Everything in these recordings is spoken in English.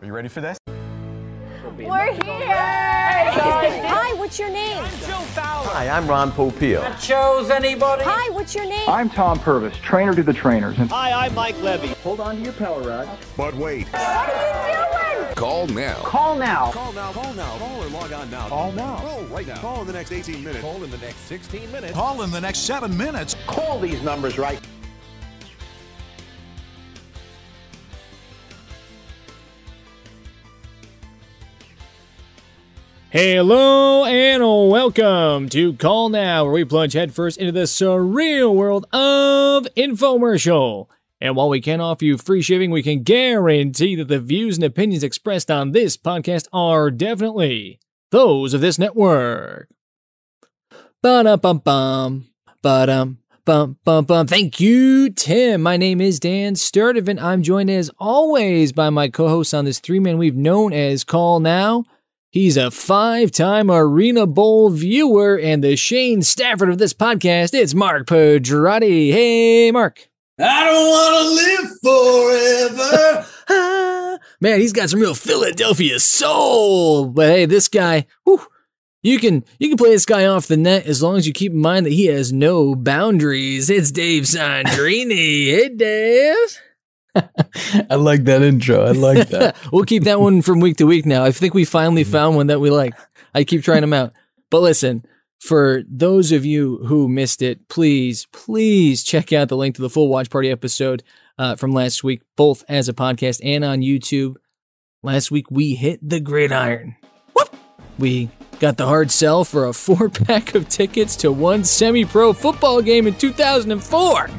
Are you ready for this? We're here! Hi, what's your name? Hi, I'm Ron Popeil. chose anybody. Hi, what's your name? I'm Tom Purvis, trainer to the trainers. And Hold on to your power rod. But wait, what are you doing? call now. call now. Call now, call now, call or log on now. Call now. Call right now. Call in the next 18 minutes. Call in the next 16 minutes. Call in the next 7 minutes. Call these numbers right Hello and welcome to Call Now, where we plunge headfirst into the surreal world of infomercial. And while we can't offer you free shipping, we can guarantee that the views and opinions expressed on this podcast are definitely those of this network. Ba bum bum, ba dum bum bum bum. Thank you, Tim. My name is Dan Sturdivant. I'm joined as always by my co-host on this three-man we've known as Call Now. He's a five-time Arena Bowl viewer and the Shane Stafford of this podcast. It's Mark Pedrotti. Hey, Mark. I don't want to live forever. Ah, man, he's got some real Philadelphia soul. But hey, this guy, whew, you can you can play this guy off the net as long as you keep in mind that he has no boundaries. It's Dave Sandrini. hey, Dave. I like that intro. I like that. we'll keep that one from week to week now. I think we finally found one that we like. I keep trying them out. But listen, for those of you who missed it, please, please check out the link to the full watch party episode uh, from last week, both as a podcast and on YouTube. Last week we hit the gridiron. Whoop! We got the hard sell for a four pack of tickets to one semi pro football game in 2004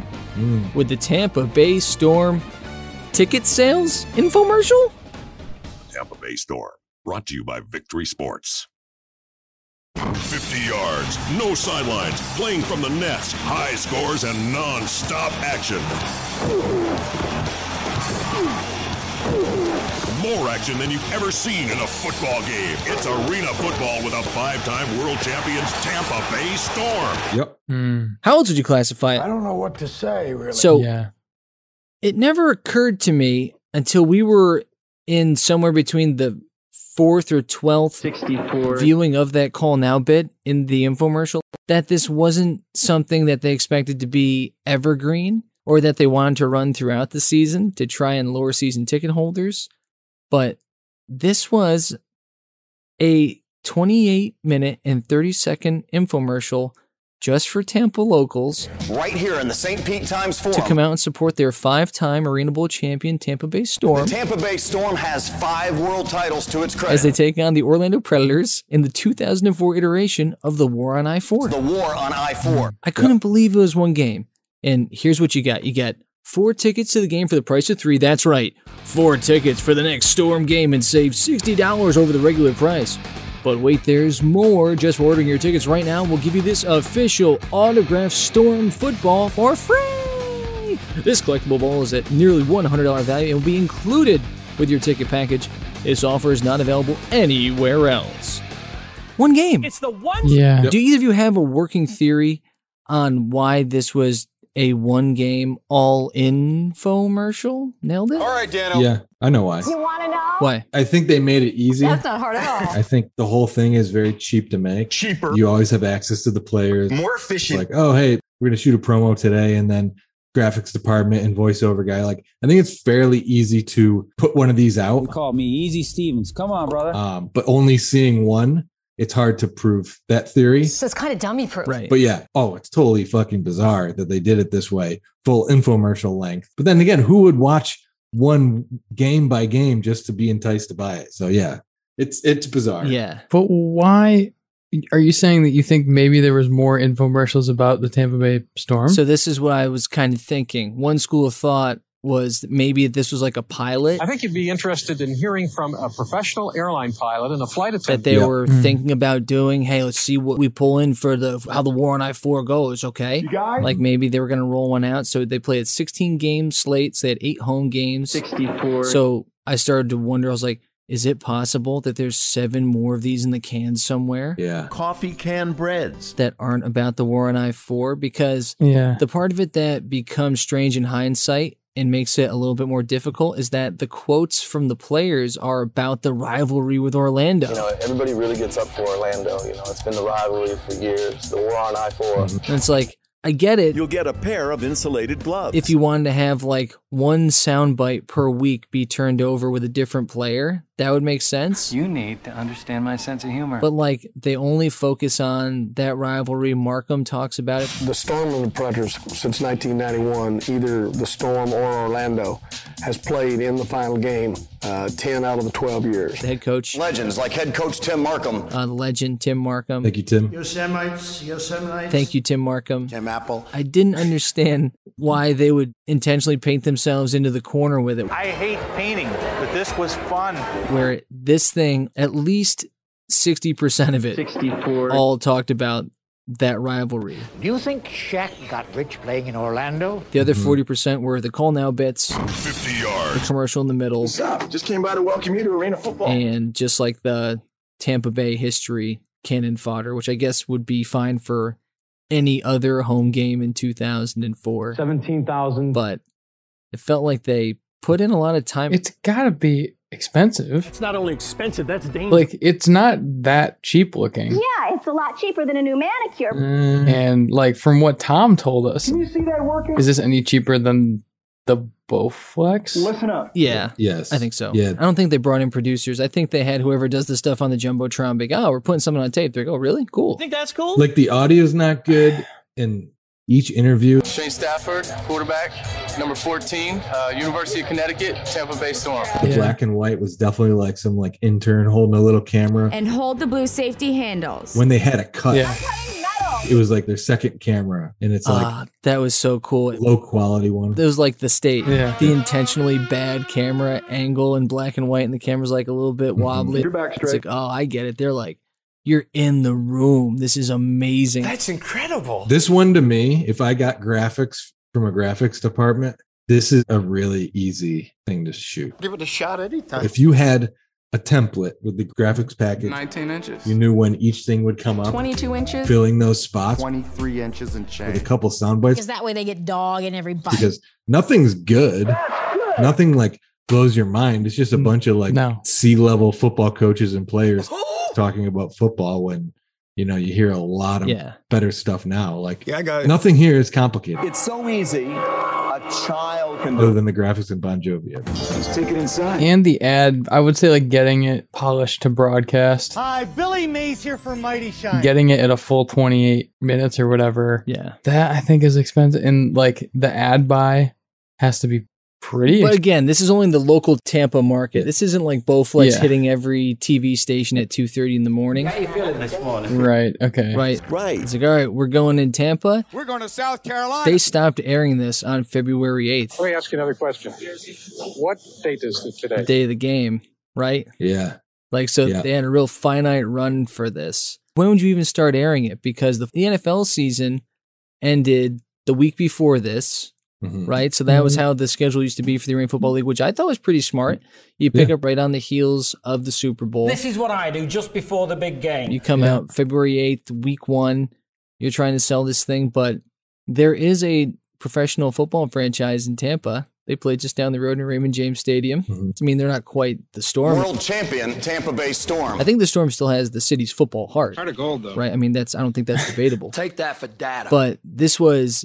with the Tampa Bay Storm ticket sales infomercial? Tampa Bay Storm. Brought to you by Victory Sports. 50 yards, no sidelines, playing from the nets, high scores, and non-stop action. More action than you've ever seen in a football game. It's arena football with a five-time world champions Tampa Bay Storm. Yep. How else would you classify it? don't know what to say, really. So yeah. it never occurred to me until we were in somewhere between the fourth or twelfth 64. viewing of that call now bit in the infomercial that this wasn't something that they expected to be evergreen or that they wanted to run throughout the season to try and lure season ticket holders. But this was a 28 minute and 30 second infomercial just for Tampa locals Right here in the St. Pete Times Forum. to come out and support their five time Arena Bowl champion Tampa Bay Storm Tampa Bay Storm has five world titles to its credit. as they take on the Orlando Predators in the 2004 iteration of the War on I 4. the war on I 4. I couldn't believe it was one game. And here's what you got you got four tickets to the game for the price of three. That's right, four tickets for the next Storm game and save $60 over the regular price. But wait, there's more. Just for ordering your tickets right now, we'll give you this official autographed Storm football for free. This collectible ball is at nearly $100 value and will be included with your ticket package. This offer is not available anywhere else. One game. Yeah. Do either of you have a working theory on why this was a one game all infomercial? Nailed it? All right, Dano. Yeah. I know why. You want to know? Why? I think they made it easy. That's not hard at all. I think the whole thing is very cheap to make. Cheaper, You always have access to the players. more It's efficient. like, oh hey, we're gonna shoot a promo today, and then graphics department and voiceover guy. Like, I think it's fairly easy to put one of these out. Call me Easy Stevens. Come on, brother. Um, but only seeing one, it's hard to prove that theory. So it's kind of dummy proof. Right. But yeah, oh, it's totally fucking bizarre that they did it this way, full infomercial length. But then again, who would watch one game by game just to be enticed to buy it? So yeah, it's it's bizarre. yeah. But why are you saying that you think maybe there was more infomercials about the Tampa Bay Storm? So this is what I was kind of thinking. One school of thought was that maybe this was like a pilot I think you'd be interested in hearing from a professional airline pilot and a flight that attendant. they Yeah. were Mm. thinking about doing. Hey, let's see what we pull in for the how the War on I four goes. Okay, guys? like maybe they were gonna roll one out. So they played sixteen game slates. They had eight home games. 64. So I started to wonder. I was like, is it possible that there's seven more of these in the can somewhere yeah. Coffee can breads. that aren't about the War on I four? Because Yeah. the part of it that becomes strange in hindsight and makes it a little bit more difficult is that the quotes from the players are about the rivalry with Orlando. Everybody really gets up for Orlando. You know, it's been the rivalry for years, the war on I 4. and it's like, I get it. You'll get a pair of insulated gloves. if you wanted to have like one soundbite per week be turned over with a different player, that would make sense. You need to understand my sense of humor. But like they only focus on that rivalry. Markham talks about it. The Storm and the Predators, since 1991, either the Storm or Orlando, has played in the final game uh, 10 out of the 12 years. The head coach, Legends like head coach Tim Markham, uh, the legend Tim Markham. Thank you, Tim. Yosemites, Yosemites. Thank you, Tim Markham. Tim Apple. I didn't understand why they would intentionally paint themselves into the corner with it, I hate painting, but this was fun. where this thing, at least 60% of it, 64. all talked about that rivalry. Do you think Shaq got rich playing in Orlando? The Mm-hmm. other 40% were the call now bits, 50 the yards, commercial in the middle, Stop. Just came by to welcome you to Arena Football. and just like the Tampa Bay history cannon fodder, which I guess would be fine for any other home game in 2004. mm. 17,000. But it felt like they put in a lot of time. It's gotta be expensive. It's not only expensive, that's dangerous. Like it's not that cheap looking. Yeah, it's a lot cheaper than a new manicure. Mm, And like from what Tom told us, can you see that working? Is this any cheaper than the Bowflex? Listen up. yeah. Yes. I think so. Um, Yeah. I don't think they brought in producers. I think they had whoever does the stuff on the jumbotron. Big, oh, we're putting something on tape. They're like, oh, really? Cool. Think that's cool? Like the audio's not good in each interview. Shane Stafford, quarterback, number 14, uh, University of Connecticut, Tampa Bay Storm. The Yeah. black and white was definitely like some like intern holding a little camera. And hold the blue safety handles. when they had a cut, Yeah. it was like their second camera, and it's like Ah, that was so cool. It low quality one. was like the state, Yeah. the intentionally bad camera angle in black and white, and the camera's like a little bit Mhm. wobbly. It's like, oh, I get it. They're like, you're in the room. This is amazing. incredible. This one to me, if I got graphics from a graphics department, this is a really easy thing to shoot. Give it a shot anytime. If you had a template with the graphics package, 19 inches. you knew when each thing would come up, 22 inches. filling those spots 23 inches and with a couple sound bites Because that way they get dog in every bite. because nothing's good. Nothing like blows your mind. It's just a Mm, bunch of like no. C level football coaches and players talking about football when you know you hear a lot of Yeah. better stuff now. Like Yeah, I got it. nothing here is complicated It's so easy. A child can other than the graphics in Bon Jovi. Just take it inside. And the ad, I would say like getting it polished to broadcast. Hi, Billy Mays here for Mighty Shine. Getting it at a full 28 minutes or whatever. yeah. That I think is expensive. And like the ad buy has to be pretty But again, this is only the local Tampa market. This isn't like Bowflex Yeah. hitting every TV station at 2.30 in the morning. ex- Right. Okay. Right. Right. It's like, all right, we're going in Tampa. We're going to South Carolina. They stopped airing this on February 8th, me ask you another question. What date is it the today? day of the game, right? Yeah. Like, so Yeah. they had a real finite run for this. When would you even start airing it? Because the, the NFL season ended the week before this, Mhm. right? So that was how the schedule used to be for the Arena Football League, which I thought was pretty smart. You pick up right on the heels of the Super Bowl. is what I do just before the big game. You come Yeah. out February 8th, week one. You're trying to sell this thing, but there is a professional football franchise in Tampa. They play just down the road in Raymond James Stadium. Mhm. I mean, they're not quite the Storm. world champion Tampa Bay Storm. I think the Storm still has the city's football heart, Heart of gold, though. right? I mean, that's I don't think that's debatable. Take that for data. but this was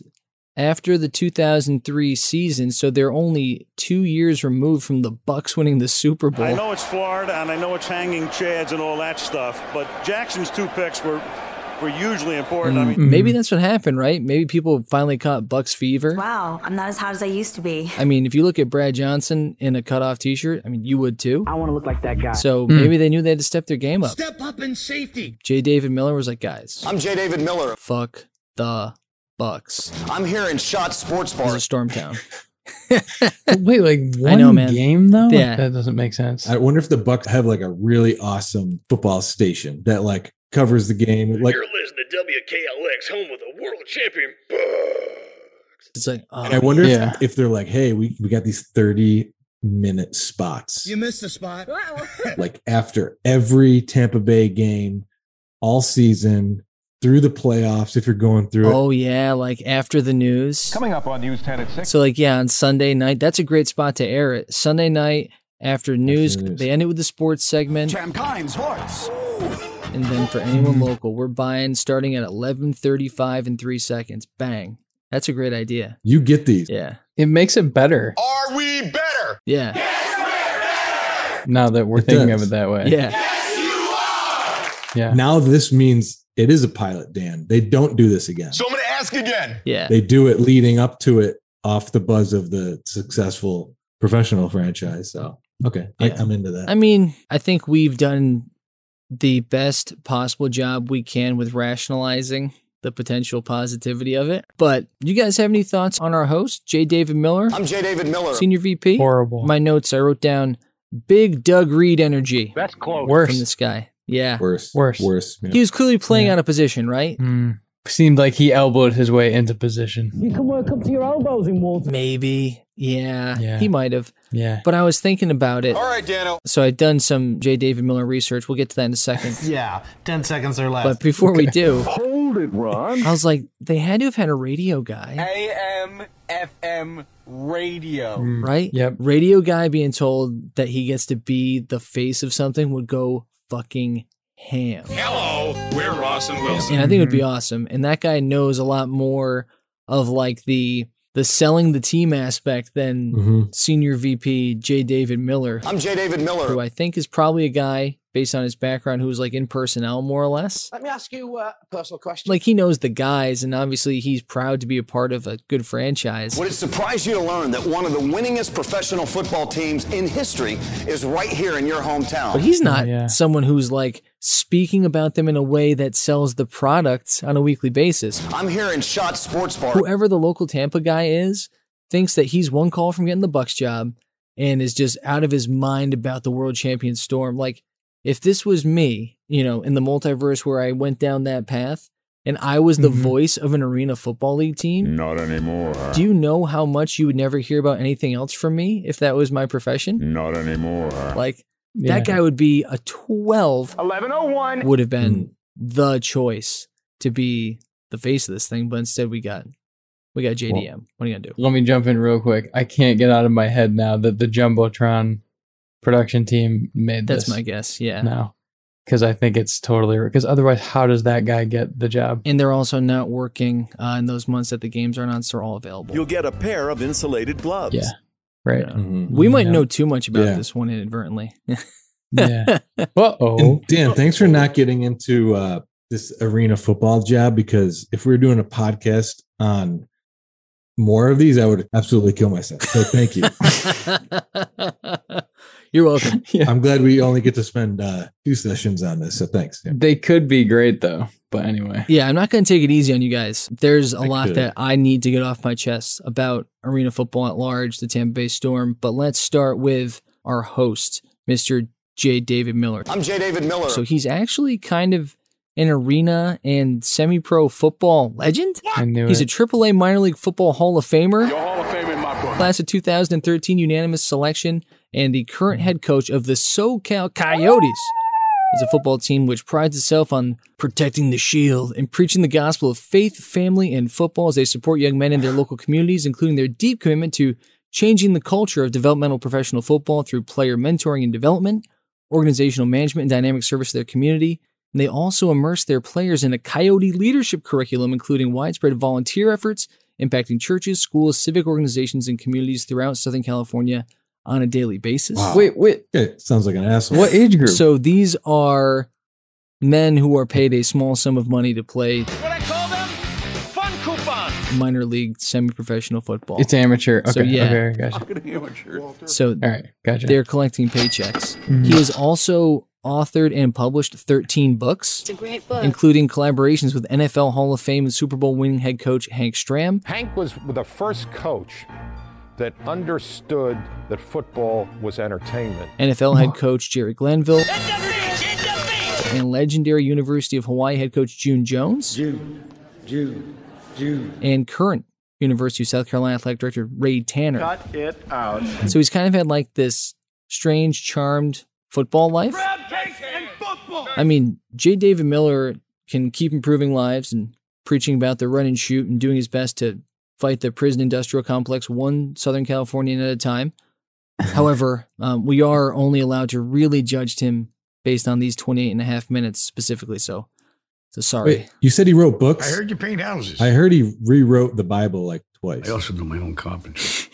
after the 2003 season, so they're only 2 years removed from the Bucks winning the Super Bowl. I know it's Florida, and I know it's hanging chads and all that stuff, but Jackson's two picks were were hugely important. I mean, Mm. Maybe that's what happened, right? Maybe people finally caught Bucks fever. Wow, I'm not as hot as I used to be. I mean, if you look at Brad Johnson in a cutoff T-shirt, I mean, you would too. I want to look like that guy. So Hmm. maybe they knew they had to step their game up. Step up in safety. J. David Miller was like, guys, I'm J. David Miller. fuck the Bucks. I'm here in Shot Sports It was Bar. a storm town. But wait, like I one know, man. game though? Yeah. That doesn't make sense. I wonder if the Bucks have like a really awesome football station that like covers the game. Like listening to WKLX, home of the world champion. It's like, oh, I wonder Yeah. if, if they're like, hey, we, we got these 30 minute spots. missed the spot. like after every Tampa Bay game all season through the playoffs if you're going through it. Oh yeah, like after the news. Coming up on News 10 at 6. So like yeah, on Sunday night, that's a great spot to air it. Sunday night after news, they end it with the sports segment, Chamkine Sports. and then for anyone local, we're buying starting at eleven thirty-five in three seconds. Bang! That's a great idea. You get these. Yeah. It makes it better Are we better? Yeah. now that we're It thinking does. of it that way. Yeah. Now this means it is a pilot, Dan. They don't do this again. So I'm going to ask again. Yeah. They do it leading up to it off the buzz of the successful professional franchise. So okay. Yeah. I, I'm into that. I mean, I think we've done the best possible job we can with rationalizing the potential positivity of it. But you guys have any thoughts on our host, J. David Miller? I'm J. David Miller. Senior VP. Horrible. My notes, I wrote down big Doug Reed energy That's close. from this guy. Yeah. Worse. Worse. Worse. yeah. He was clearly playing out of position, right? Mm. Seemed like he elbowed his way into position. You can work up to your elbows in water. Maybe. Yeah. Yeah. He might have. Yeah. But I was thinking about it. All right, Dano. So I'd done some J. David Miller research. We'll get to that in a second. Yeah, 10 seconds or less. But before we do, Hold it, Ron. I was like, they had to have had a radio guy, AM, FM, radio. right? Yep. Radio guy being told that he gets to be the face of something would go fucking ham. Hello, we're Ross and Wilson. And I think it would be awesome. And that guy knows a lot more of like the the selling the team aspect than Mhm. senior VP J. David Miller. I'm J. David Miller. Who I think is probably a guy based on his background who's like in personnel more or less. Let me ask you uh, a personal question. Like he knows the guys and obviously he's proud to be a part of a good franchise. Would it surprise you to learn that one of the winningest professional football teams in history is right here in your hometown? But he's not someone who's like speaking about them in a way that sells the products on a weekly basis. I'm here in Shot Sports Bar. Whoever the local Tampa guy is thinks that he's one call from getting the Bucks job and is just out of his mind about the world champion storm. Like if this was me, you know, in the multiverse where I went down that path and I was the voice of an arena football league team, Not anymore. do you know how much you would never hear about anything else from me if that was my profession? Not anymore. Like Yeah. that guy would be a 12 1101. would have been the choice to be the face of this thing, but instead we got we got JDM. what are you gonna do? Let me jump in real quick. I can't get out of my head now that the Jumbotron production team made That's this my guess. Yeah. now. Because I think it's totally because otherwise, how does that guy get the job? And they're also not working uh, in those months that the games aren't on, so they're all available. You'll get a pair of insulated gloves. Yeah. Right. Mm-hmm. We might know too much about Yeah. this one inadvertently. Yeah. Uh oh. Dan, thanks for not getting into uh, this arena football job because if we were doing a podcast on more of these, I would absolutely kill myself. So thank you. You're welcome. I'm glad we only get to spend uh, two sessions on this. So thanks. Yeah. They could be great though. But anyway. Yeah, I'm not going to take it easy on you guys. There's a lot could. that I need to get off my chest about arena football at large, the Tampa Bay Storm, but let's start with our host, Mr. J. David Miller. I'm J. David Miller. So he's actually kind of an arena and semi pro football legend. I knew he's it. a AAA minor league football Hall of Famer. Hall of Fame in my book. Class of 2013 unanimous selection and the current head coach of the SoCal Coyotes is a football team which prides itself on protecting the shield and preaching the gospel of faith, family, and football as they support young men in their local communities, including their deep commitment to changing the culture of developmental professional football through player mentoring and development, organizational management, and dynamic service to their community. And they also immerse their players in a coyote leadership curriculum, including widespread volunteer efforts impacting churches, schools, civic organizations, and communities throughout Southern California on a daily basis. Wait, wait. Okay, sounds like an asshole. What age group? So these are men who are paid a small sum of money to play What I call them? Fun coupon. minor league semi-professional football. It's amateur. Okay. So, yeah. Okay. Gotcha. So All right. Gotcha. they're collecting paychecks. He has also authored and published 13 books, great including collaborations with NFL Hall of Fame and Super Bowl winning head coach Hank Stram. Hank was the first coach that understood that football was entertainment. NFL head coach Jerry Glanville, and legendary University of Hawaii head coach June Jones, June, June, June. and current University of South Carolina athletic director Ray Tanner. Cut it out. So he's kind of had like this strange, charmed football life. I mean, J. David Miller can keep improving lives and preaching about the run and shoot and doing his best to fight the prison industrial complex one Southern Californian at a time. However, um, we are only allowed to really judge him based on these 28 and a half minutes specifically. So, so sorry. Wait, you said he wrote books. I heard you paint houses. I heard he rewrote the Bible like twice. I also do my own carpentry.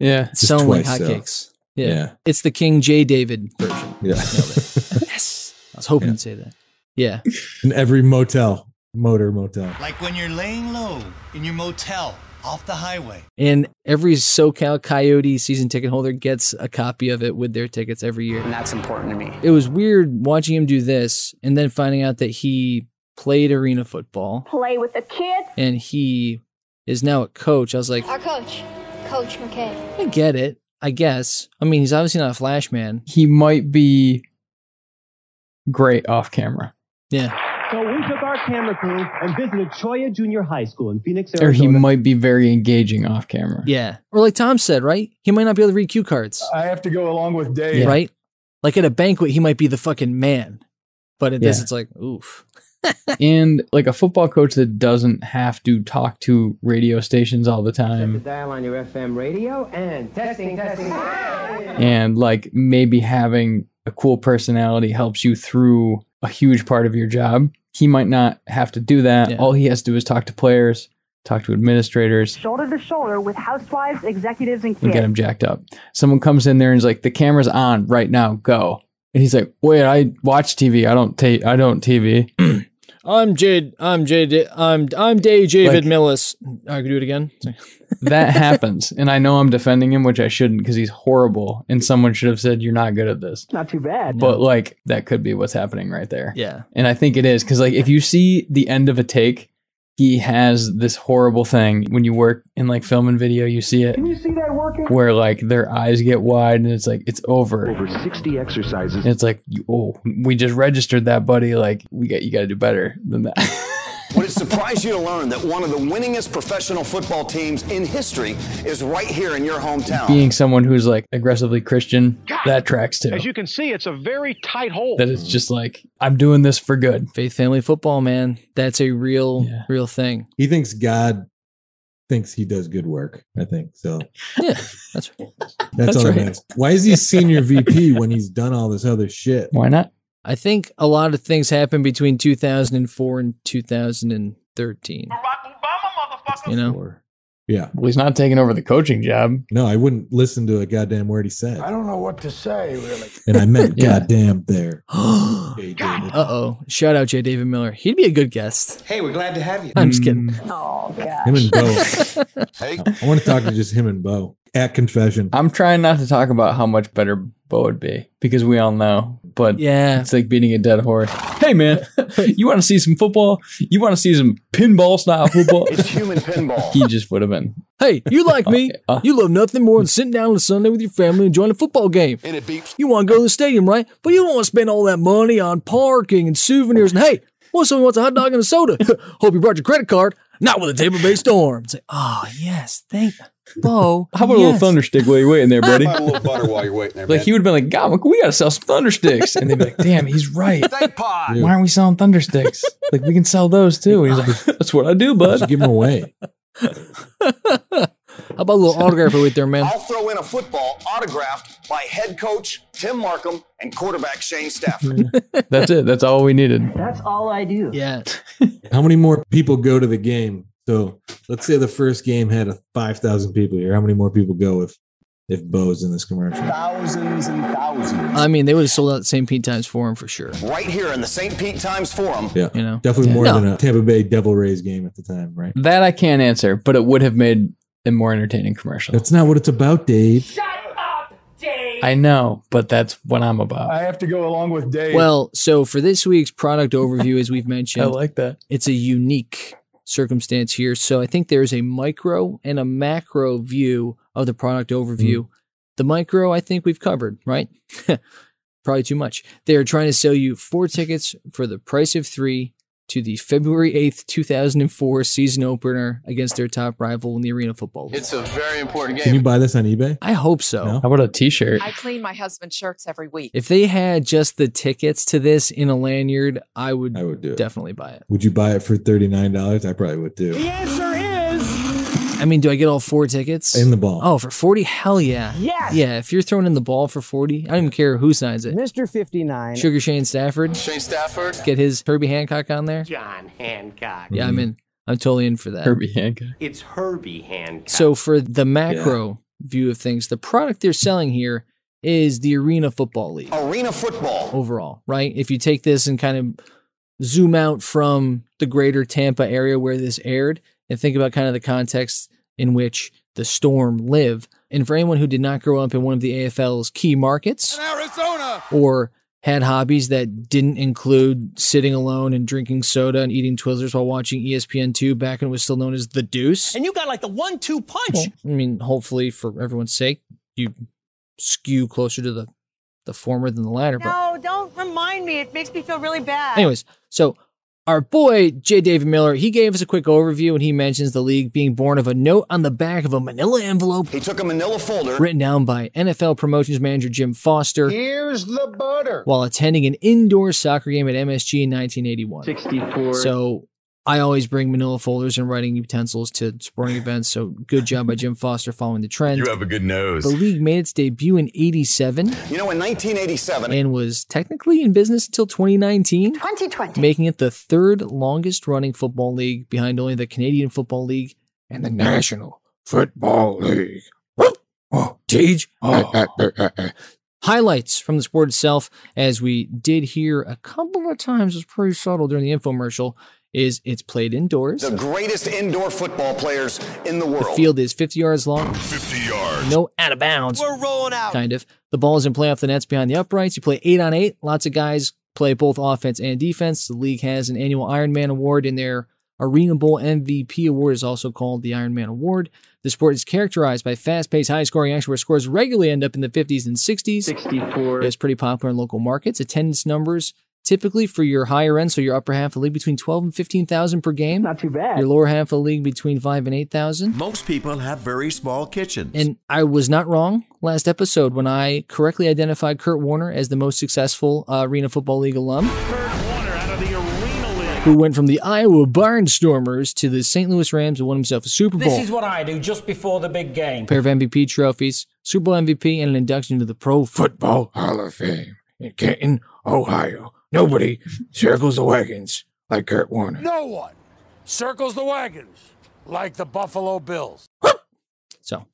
Yeah. Just Selling like twice, though. hotcakes. Yeah. Yeah. It's the King J. David version. Yeah. Nailed it. yes. I was hoping Yeah. you'd say that. Yeah. In every motel, motor motel. Like when you're laying low in your motel off the highway. And every SoCal Coyote season ticket holder gets a copy of it with their tickets every year. And that's important to me. It was weird watching him do this and then finding out that he played arena football Play with the kids. and he is now a coach. I was like, coach, Coach McKay. I get it, I guess. I mean, he's obviously not a Flash man. He might be great off camera. Yeah. So we took our camera crew and visited Cholla Junior High School in Phoenix, Or he Arizona. might be very engaging off camera. Yeah. Or like Tom said, right? He might not be able to read cue cards. I have to go along with Dave. Right? Like at a banquet, he might be the fucking man. But at this, Yeah. it's like, oof. and like a football coach that doesn't have to talk to radio stations all the time Dial on your FM radio and testing, testing. and like maybe having a cool personality helps you through a huge part of your job. He might not have to do that. All he has to do is talk to players, talk to administrators, shoulder to shoulder with housewives, executives, and and kids. get him jacked up. Someone comes in there and is like, "The camera's on right now, go." And he's like, "Wait, I watch TV. I don't take. I don't TV." I'm Jade. I'm Jade. I'm I'm Day Javid Like- Millis. I can do it again. that happens, and I know I'm defending him, which I shouldn't because he's horrible, and someone should have said, "You're not good at this." Not too bad. But like that could be what's happening right there. Yeah. And I think it is because like if you see the end of a take, he has this horrible thing when you work in like film and video, you see it. see that working? Where like their eyes get wide and it's like it's over. Over 60 exercises. And it's like you- oh we just registered that buddy. Like we got you got to do better than that. Would it surprise you to learn that one of the winningest professional football teams in history is right here in your hometown? Being someone who's like aggressively Christian, that tracks too. As you can see, it's a very tight hole. That it's just like I'm doing this for good. Faith family football, man. That's a real real thing. He thinks God thinks he does good work. I think so. Yeah, that's right. That's, That's all that right. matters. Why is he senior VP when he's done all this other shit? Why not? I think a lot of things happened between 2004 and 2013. You know, Yeah. Well, he's not taking over the coaching job. No, I wouldn't listen to a goddamn word he said. I don't know what to say, really. And I meant Yeah. goddamn there. uh oh. Shout out J. David Miller. He'd be a good guest. Hey, we're glad to have you. I'm just kidding. Oh, Him and Bo. Hey. I want to talk to just him and Bo at confession. I'm trying not to talk about how much better Bo would be because we all know. But yeah, it's like beating a dead horse. Hey man, you want to see some football? You want to see some pinball style football? It's human pinball. he just would have been. Hey, you like me? uh. You love nothing more than sitting down on a Sunday with your family and enjoying a football game. And it beeps. You want to go to the stadium, right? But you don't want to spend all that money on parking and souvenirs. And hey, what if someone wants a hot dog and a soda? Hope you brought your credit card. Not with a table based arm. It's like, oh, yes, thank Bo. How about a little yes. thunder stick while you're waiting there, buddy? How about a little butter while you're waiting there. Like he would have been like, God, we gotta sell some thunder sticks, and they'd be like, Damn, he's right. Yeah. Why aren't we selling thunder sticks? like we can sell those too. He's like, That's what I do, bud. give them away. How about a little autograph right there, man? I'll throw in a football autographed by head coach Tim Markham and quarterback Shane Stafford. That's it. That's all we needed. That's all I do. Yeah. How many more people go to the game? So let's say the first game had a five thousand people here. How many more people go if if Bo's in this commercial? Thousands and thousands. I mean, they would have sold out St. Pete Times Forum for sure. Right here in the St. Pete Times Forum. Yeah, you know, definitely more No. than a Tampa Bay Devil Rays game at the time, right? That I can't answer, but it would have made a more entertaining commercial. That's not what it's about, Dave. I know, but that's what I'm about. I have to go along with Dave. Well, so for this week's product overview, as we've mentioned, I like that. It's a unique circumstance here. So I think there's a micro and a macro view of the product overview. The micro, I think we've covered, right? Probably too much. They're trying to sell you four tickets for the price of three to the February 8th, 2004 season opener against their top rival in the Arena Football League. It's a very important Can you buy this on eBay? I hope so. How about a T-shirt? I clean my husband's shirts every week. If they had just the tickets to this in a lanyard, I would, I would definitely buy it. Would you buy it for thirty nine dollars? I probably would too. answer is I mean, do I get all four tickets? In the ball. Oh, for 40? Hell yeah. Yes. Yeah, if you're throwing in the ball for 40, I don't even care who signs it. Mr. 59. Sugar Shane Stafford. Shane Stafford. Get his Herbie Hancock on there. John Hancock. Yeah, I'm in. I'm totally in for that. Herbie Hancock. It's Herbie Hancock. So for the macro view of things, the product they're selling here is the Arena Football League Arena football. overall, right? If you take this and kind of zoom out from the greater Tampa area where this aired and think about kind of the context in which the Storm live, and for anyone who did not grow up in one of the AFL's key markets, Arizona. or had hobbies that didn't include sitting alone and drinking soda and eating Twizzlers while watching E ESPN2 back when it was still known as The Deuce. And you got like the one-two punch. Well, I mean, hopefully, for everyone's sake, you skew closer to the, the former than the latter. But, No, don't remind me. It makes me feel really bad. anyways, so our boy, J. David Miller, he gave us a quick overview and he mentions the league being born of a note on the back of a manila envelope He took a manila folder. written down by NFL promotions manager Jim Foster. Here's the butter. while attending an indoor soccer game at MSG in 1981. 64. So I always bring manila folders and writing utensils to sporting events. So good job by Jim Foster following the trend. You have a good nose. the league made its debut in 87 You know, in 1987, and was technically in business until 2019, 2020. making it the third longest running football league behind only the Canadian Football League and the National Football League. Oh, Teach. highlights from the sport itself, as we did hear a couple of times, was pretty subtle during the infomercial, is it's played indoors. the The greatest indoor football players in the world. field is 50 yards long. 50 yards. No out of bounds, We're rolling out. kind of. The ball is in play off the nets behind the uprights. You play eight on eight. Lots of guys play both offense and defense. The league has an annual Ironman award in their Arena Bowl MVP award is also called the Ironman Award. The sport is characterized by fast-paced, high-scoring action where scores regularly end up in the 50s and 60s. 64. It's pretty popular in local markets. Attendance numbers typically for your higher end, so your upper half of the league between 12 and 15,000 per game. Not too bad. Your lower half of the league between 5 and 8,000. Most people have very small kitchens. And I was not wrong last episode when I correctly identified Kurt Warner as the most successful uh, Arena Football League alum. Who went from the Iowa Barnstormers to the St. Louis Rams and won himself a Super Bowl. This is what I do just before the big game. pair of MVP trophies, Super Bowl MVP, and an induction to the Pro Football Hall of Fame in Canton, Ohio. Nobody circles the wagons like Kurt Warner. No one circles the wagons like the Buffalo Bills. So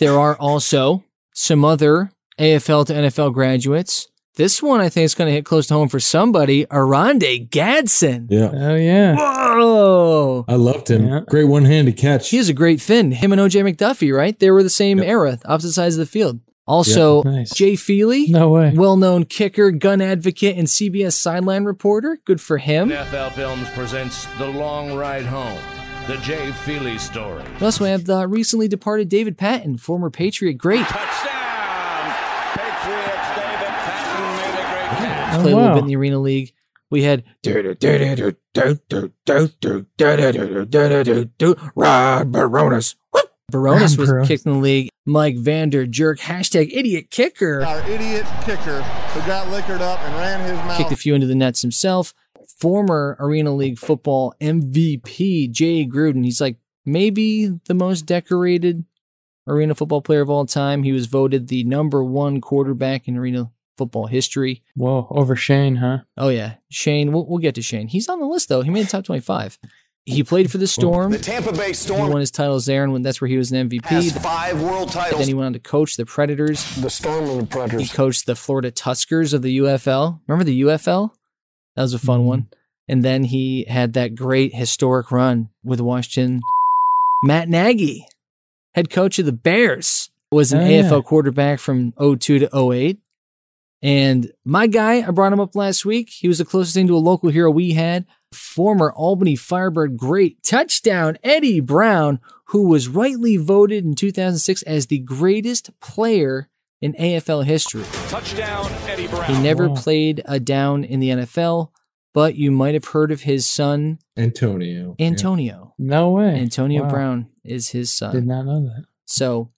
there are also some other AFL to NFL graduates. This one I think is going to hit close to home for somebody, Aronde Oh, Gadsden. Yeah, Oh yeah. Whoa. I loved him. Great one handed catch. He is a great Finn. Him and OJ McDuffie, right? They were the same era, opposite sides of the field. Also, Nice. Jay Feely, No way. well known kicker, gun advocate, and CBS sideline reporter. Good for him. NFL Films presents The Long Ride Home, the Jay Feely story. We also have the recently departed David Patton, former Patriot great. Touchdown! Patriots, David Patton made a great catch. Played a little Oh, wow. bit in the arena league. We had Rod Baronis. Baronis was Baronis. kicking the league. Mike Vander Jerk, hashtag idiot kicker, Our idiot kicker who got liquored up and ran his mouth. kicked a few into the nets himself. Former Arena League football MVP Jay Gruden. He's like maybe the most decorated arena football player of all time. He was voted the number one quarterback in arena football history. Whoa, over Shane, huh? Oh yeah, Shane. We'll, we'll get to Shane. He's on the list though. He made the top twenty-five. He played for the Storm. the Tampa Bay He Storm won his titles there, and when, that's where he was an has MVP. five world Then titles. he went on to coach the Predators. The Storm and the He Predators. coached the Florida Tuskers of the UFL. Remember the UFL? That was a fun Mm-hmm. one. And then he had that great historic run with Washington. Matt Nagy, head coach of the Bears, was an Oh, yeah. AFL quarterback from 02 to 08. And my guy, I brought him up last week. He was the closest thing to a local hero we had. Former Albany Firebird great touchdown Eddie Brown, who was rightly voted in 2006 as the greatest player in AFL history. Touchdown, Eddie Brown. He never Wow. played a down in the NFL, but you might have heard of his son, Antonio. Antonio. No way. Antonio Wow. Brown is his son. Did not know that. So,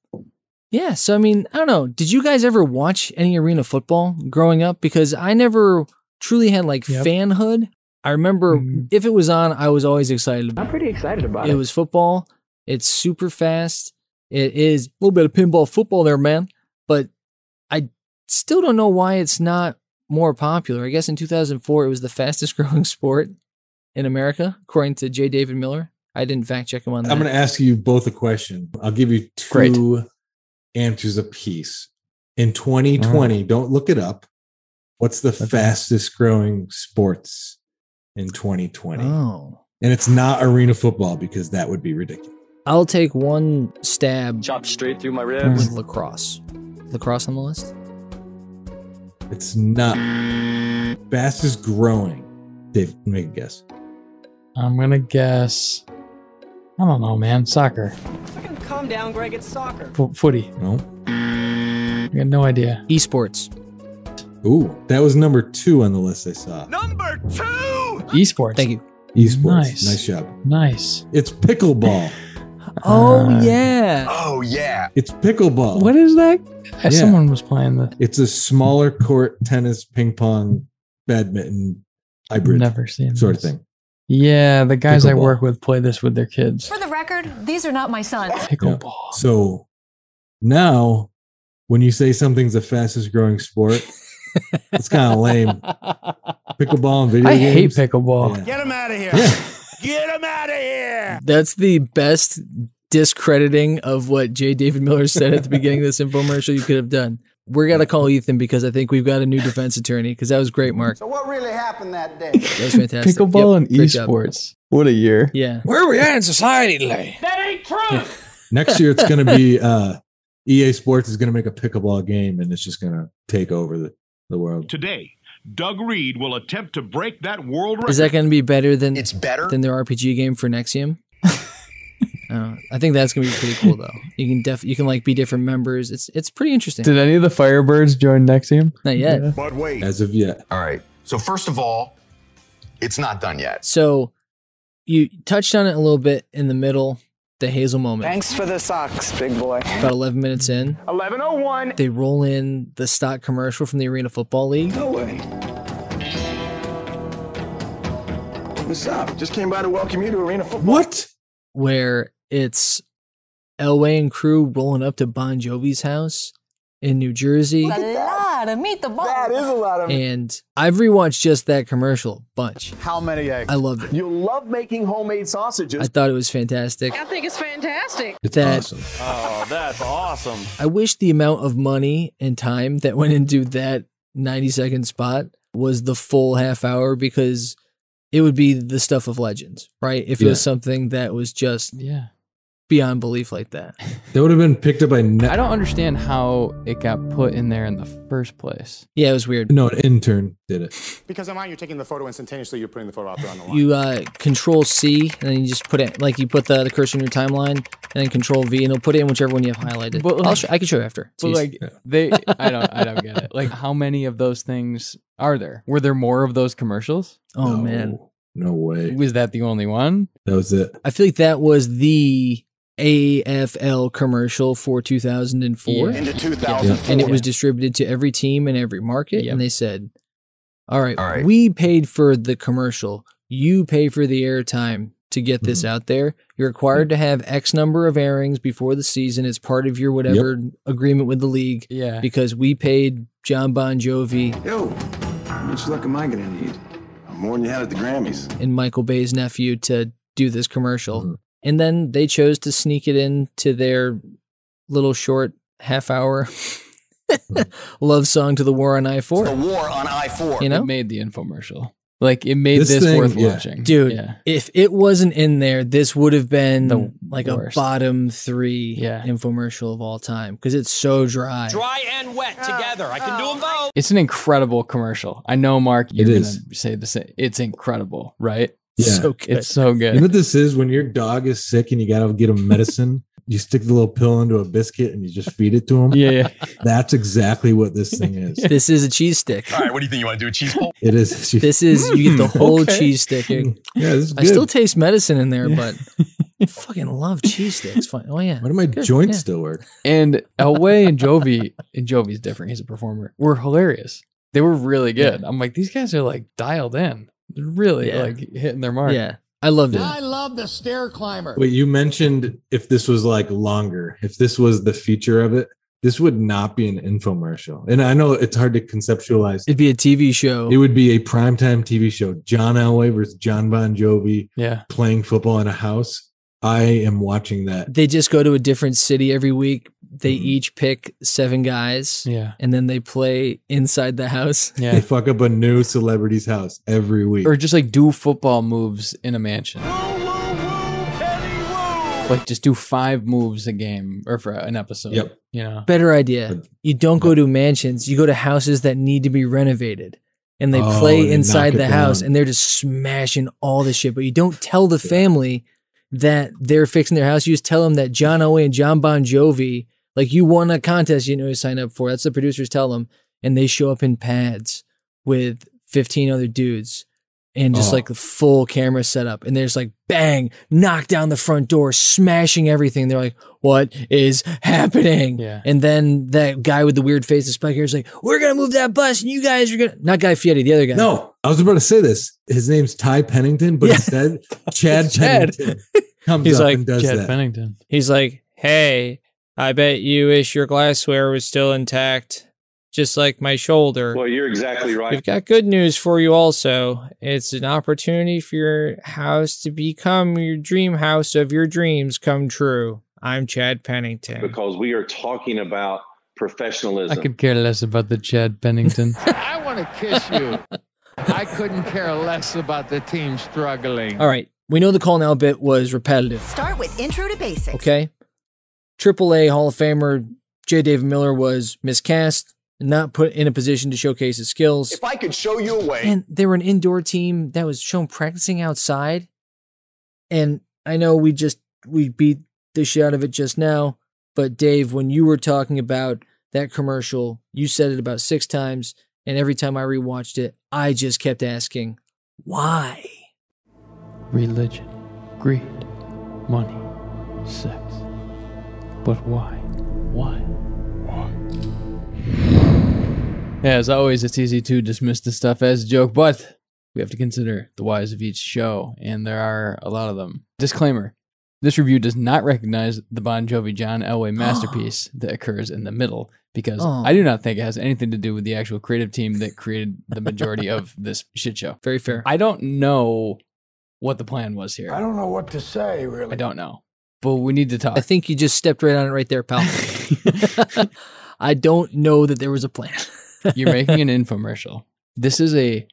yeah. So, I mean, I don't know. Did you guys ever watch any arena football growing up? Because I never truly had like Yep. Mm-hmm. fanhood. I remember if it was on, I was always excited about I'm pretty excited about it. It was football. It's super fast. It is a little bit of pinball football there, man. But I still don't know why it's not more popular. I guess in 2004, it was the fastest growing sport in America, according to J. David Miller. I didn't fact check him on that. I'm going to ask you both a question. I'll give you two Great. answers apiece. In 2020, don't look it up. What's the fastest growing sports in 2020? Oh. And it's not arena football because that would be ridiculous. I'll take one stab. Chop straight through my with ribs. lacrosse. Lacrosse on the list? It's not fastest growing. Dave, make a guess. I'm gonna guess. I don't know, man. Soccer, Calm down, Greg. It's soccer. Fo- footy. No. I got no idea. Esports. Ooh, that was number two on the list I saw. Esports. Thank you. Esports. Nice. nice job. Nice. It's pickleball. Oh yeah. Oh yeah. It's pickleball. What is that? Yeah. Someone was playing the. It's a smaller court tennis, ping pong, badminton hybrid Never seen sort of thing. Yeah, the guys I Pickleball. work with play this with their kids. For the record, these are not my sons. Pickleball. So now when you say something's the fastest growing sport, it's kind of lame. Pickleball and video I hate games. pickleball. Yeah. That's the best discrediting of what J. David Miller said at the beginning of this infomercial you could have done. We're gonna call Ethan because I think we've got a new defense attorney, because that was great, Mark. What really happened that day? That was fantastic. Pickleball Yep, and great job. esports. What a year. Yeah. Where are we at? in society today? That ain't true. Next year it's going to be uh, EA Sports is going to make a pickleball game and it's just going to take over the, the world. Today, Doug Reed will attempt to break that world record. Is that gonna be better than it's better than their RPG game for Nexium? Uh, I think that's gonna be pretty cool though. You can def you can like be different members. It's it's pretty interesting. Did any of the Firebirds join Nexium? Not yet. But wait. As of yet. All right. So first of all, it's not done yet. So you touched on it a little bit in the middle, the Hazel moment. Thanks for the socks, big boy. About 11 minutes in, 1101. they roll in the stock commercial from the Arena Football League. No way. What's up? Just came by to welcome you to Arena Football. What? Where it's Elway and crew rolling up to Bon Jovi's house in New Jersey. a lot of meat the ball. That is a lot And I've rewatched just that commercial a bunch. How many eggs? I loved it. You love making homemade sausages. I thought it was fantastic. think it's fantastic. It's That- awesome. Oh, that's awesome. I wish the amount of money and time that went into that 90 second spot was the full half hour because it would be the stuff of legends, right? If it was Yeah. something that was just Yeah. beyond belief like that. That would have been picked up by I Net- don't understand how it got put in there in the first place. Yeah, it was weird. no, an intern did it. Because on mine, you're taking the photo instantaneously. You're putting the photo out there on the line. You uh, control C and then you just put it like you put the, the cursor in your timeline and then control V and it'll put it in whichever one you have highlighted. But, I'll like- sh- I can show you after. It's But easy. like they, I don't, I don't get it. Like, how many of those things are there? Were there more of those commercials? oh man. No way. Was that the only one? That was it. I feel like that was the AFL commercial for 2004. Yeah. Into 2004. And it was distributed to every team and every market. And they said, all right, we paid for the commercial. You pay for the airtime to get this Mm-hmm. out there. You're required to have X number of airings before the season. It's part of your whatever agreement with the league. Yeah. Because we paid John Bon Jovi Yo, how much luck am I going to need? More than you had at the Grammys. and Michael Bay's nephew to do this commercial. And then they chose to sneak it into their little short half hour love song to the war on I 4. war on I 4. You know? It made the infomercial. Like, it made this, worth watching. Dude, Yeah. if it wasn't in there, this would have been The like worst. a bottom three infomercial of all time because it's so dry. Dry and wet together. I can do Oh. them both. It's an incredible commercial. I know, Mark, you're It going is. to say the same. It's incredible, right? Yeah. It's so good. You know what this is when your dog is sick and you gotta get him medicine you stick the little pill into a biscuit and you just feed it to him. Yeah, yeah. That's exactly what this thing is. This is a cheese stick. All right, what do you think? You want to do a cheese pull? It is. This is you get the whole Okay. cheese stick. Yeah, this is I still good. taste medicine in there, but I fucking love cheese sticks. Fine. Oh yeah. What are my Good, joints yeah. still work? And Elway and Jovi, and Jovi's different. He's a performer. Were hilarious. They were really good. I'm like, these guys are like dialed in. They're really Yeah. like hitting their mark. Yeah. I loved it. I love the stair climber. Wait, you mentioned if this was like longer, if this was the feature of it, this would not be an infomercial. And I know it's hard to conceptualize. It'd be a TV show. It would be a primetime TV show. John Elway versus John Bon Jovi Yeah. playing football in a house. I am watching that. They just go to a different city every week. They each pick seven guys. Mm-hmm. Yeah. And then they play inside the house. They fuck up a new celebrity's house every week. Or just like do football moves in a mansion. Like just do five moves a game or for an episode. Yep. You know. Better idea. You don't go to mansions. You go to houses that need to be renovated. And they Oh, play they inside knock it the house down. and they're just smashing all the shit. But you don't tell the family that they're fixing their house. You just tell them that John Owen and John Bon Jovi, like you won a contest you know you sign up for. That's the producers tell them. And they show up in pads with 15 other dudes and just Oh. like the full camera setup. And there's like bang, knock down the front door, smashing everything. They're like, what is happening? Yeah. And then that guy with the weird face and spike hair is like, we're going to move that bus and you guys are going to, not Guy Fieri, the other guy. No, I was about to say this. His name's Ty Pennington, but instead Chad, Chad. Pennington comes He's up like, and does "Chad that. Pennington. He's like, hey, I bet you wish your glassware was still intact, just like my shoulder. Well, you're exactly right. We've got good news for you also. It's an opportunity for your house to become your dream house of your dreams come true. I'm Chad Pennington. because we are talking about I professionalism. could care less about the Chad Pennington. I want to kiss you. I couldn't care less about the team struggling. All right. We know the call now bit was repetitive. Start with intro to basics. Okay. Triple A Hall of Famer J. David Miller was miscast, not put in a position to showcase his skills. If I could show you a way. And they were an indoor team that was shown practicing outside. And I know we just we beat the shit out of it just now, but Dave, when you were talking about that commercial, you said it about six times, and every time I rewatched it, I just kept asking, why? Religion, greed, money, sex. But why? Why? Yeah, as always, it's easy to dismiss this stuff as a joke, but we have to consider the whys of each show, and there are a lot of them. Disclaimer this review does not recognize the Bon Jovi John Elway masterpiece that occurs in the middle, because Oh. I do not think it has anything to do with the actual creative team that created the majority of this shit show. Very fair. I don't know what the plan was here. I don't know what to say, really. I don't know. But we need to talk. I think you just stepped right on it right there, pal. I don't know that there was a plan. You're making an infomercial. This is a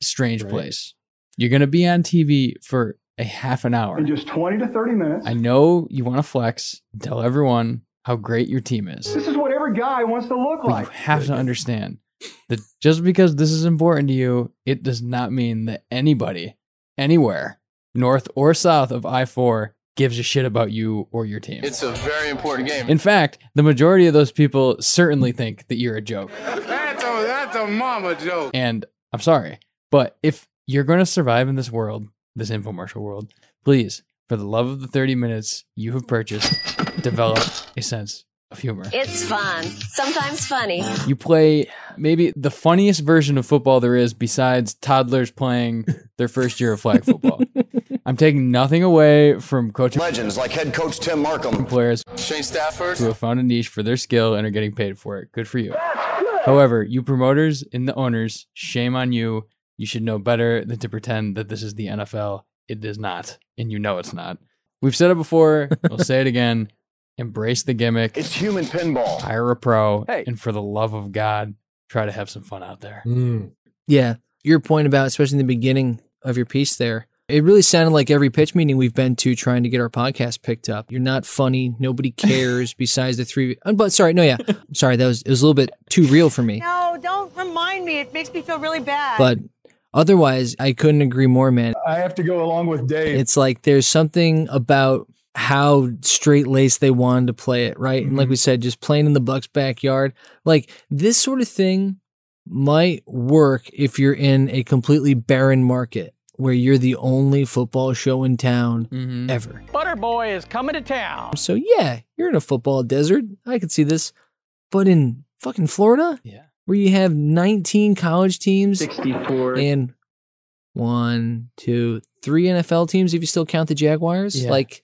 strange place. You're going to be on TV for a half an hour. In just 20 to 30 minutes. I know you want to flex, tell everyone how great your team is. This is what every guy wants to look But you like. have to understand that just because this is important to you, it does not mean that anybody, anywhere, north or south of I 4, gives a shit about you or your team. It's a very important game. In fact, the majority of those people certainly think that you're a joke. That's a that's a mama joke. And I'm sorry, but if you're going to survive in this world, this infomercial world, please, for the love of the 30 minutes you have purchased, develop a sense of humor. It's fun, sometimes funny. You play maybe the funniest version of football there is besides toddlers playing their first year of flag football. I'm taking nothing away from coaching Legends like head coach Tim Markham. players Shane Stafford. who have found a niche for their skill and are getting paid for it. Good for you. However, you promoters and the owners, shame on you. You should know better than to pretend that this is the NFL. It is not, and you know it's not. We've said it before. We'll say it again. Embrace the gimmick. It's human pinball. Hire a pro, Hey. and for the love of God, try to have some fun out there. Yeah. Your point about, especially in the beginning of your piece there, it really sounded like every pitch meeting we've been to trying to get our podcast picked up. You're not funny. Nobody cares besides the three. uh, But sorry. No, yeah. Sorry. That was, it was a little bit too real for me. No, don't remind me. It makes me feel really bad. But otherwise, I couldn't agree more, man. I have to go along with Dave. It's like there's something about how straight laced they wanted to play it, right? And like we said, just playing in the Bucks' backyard. Like this sort of thing might work if you're in a completely barren market where you're the only football show in town Mm-hmm. Mm-hmm. ever. Butterboy is coming to town. So yeah, you're in a football desert. I could see this. But in fucking Florida, yeah, where you have 19 college teams, 64. and one, two, three NFL teams if you still count the Jaguars. Yeah. Like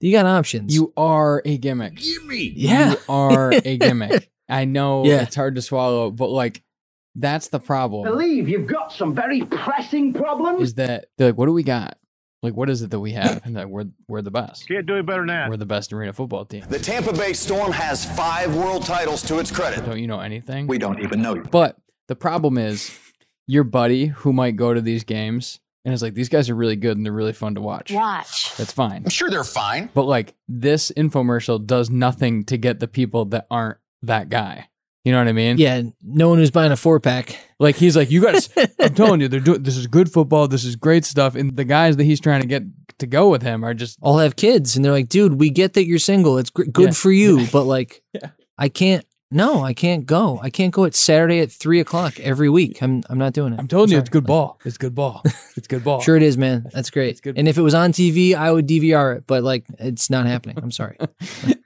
you got options. You are a gimmick. Yeah. You are a gimmick. I know Yeah. it's hard to swallow, but like that's the problem. Believe you've got some very pressing problems. Is that they're like, what do we got? Like what is it that we have? And like we're we're the best. Can't do it better than We're the best arena football team. The Tampa Bay Storm has five world titles to its credit. Don't you know anything? We don't even know you. But the problem is your buddy who might go to these games and is like, these guys are really good and they're really fun to watch. Watch. That's fine. I'm sure they're fine. But like this infomercial does nothing to get the people that aren't that guy. You know what I mean? Yeah, no one who's buying a four pack. Like he's like, you guys. I'm telling you, they're doing this is good football. This is great stuff. And the guys that he's trying to get to go with him are just All have kids, and they're like, dude, we get that you're single. It's gr- good Yeah. for you, but like, I can't. No, I can't go. I can't go at Saturday at three o'clock every week. I'm I'm not doing it. I'm telling you, it's good ball. It's good ball. It's good ball. Sure, it is, man. That's great. And if it was on TV, I would DVR it, but like, it's not happening. I'm sorry.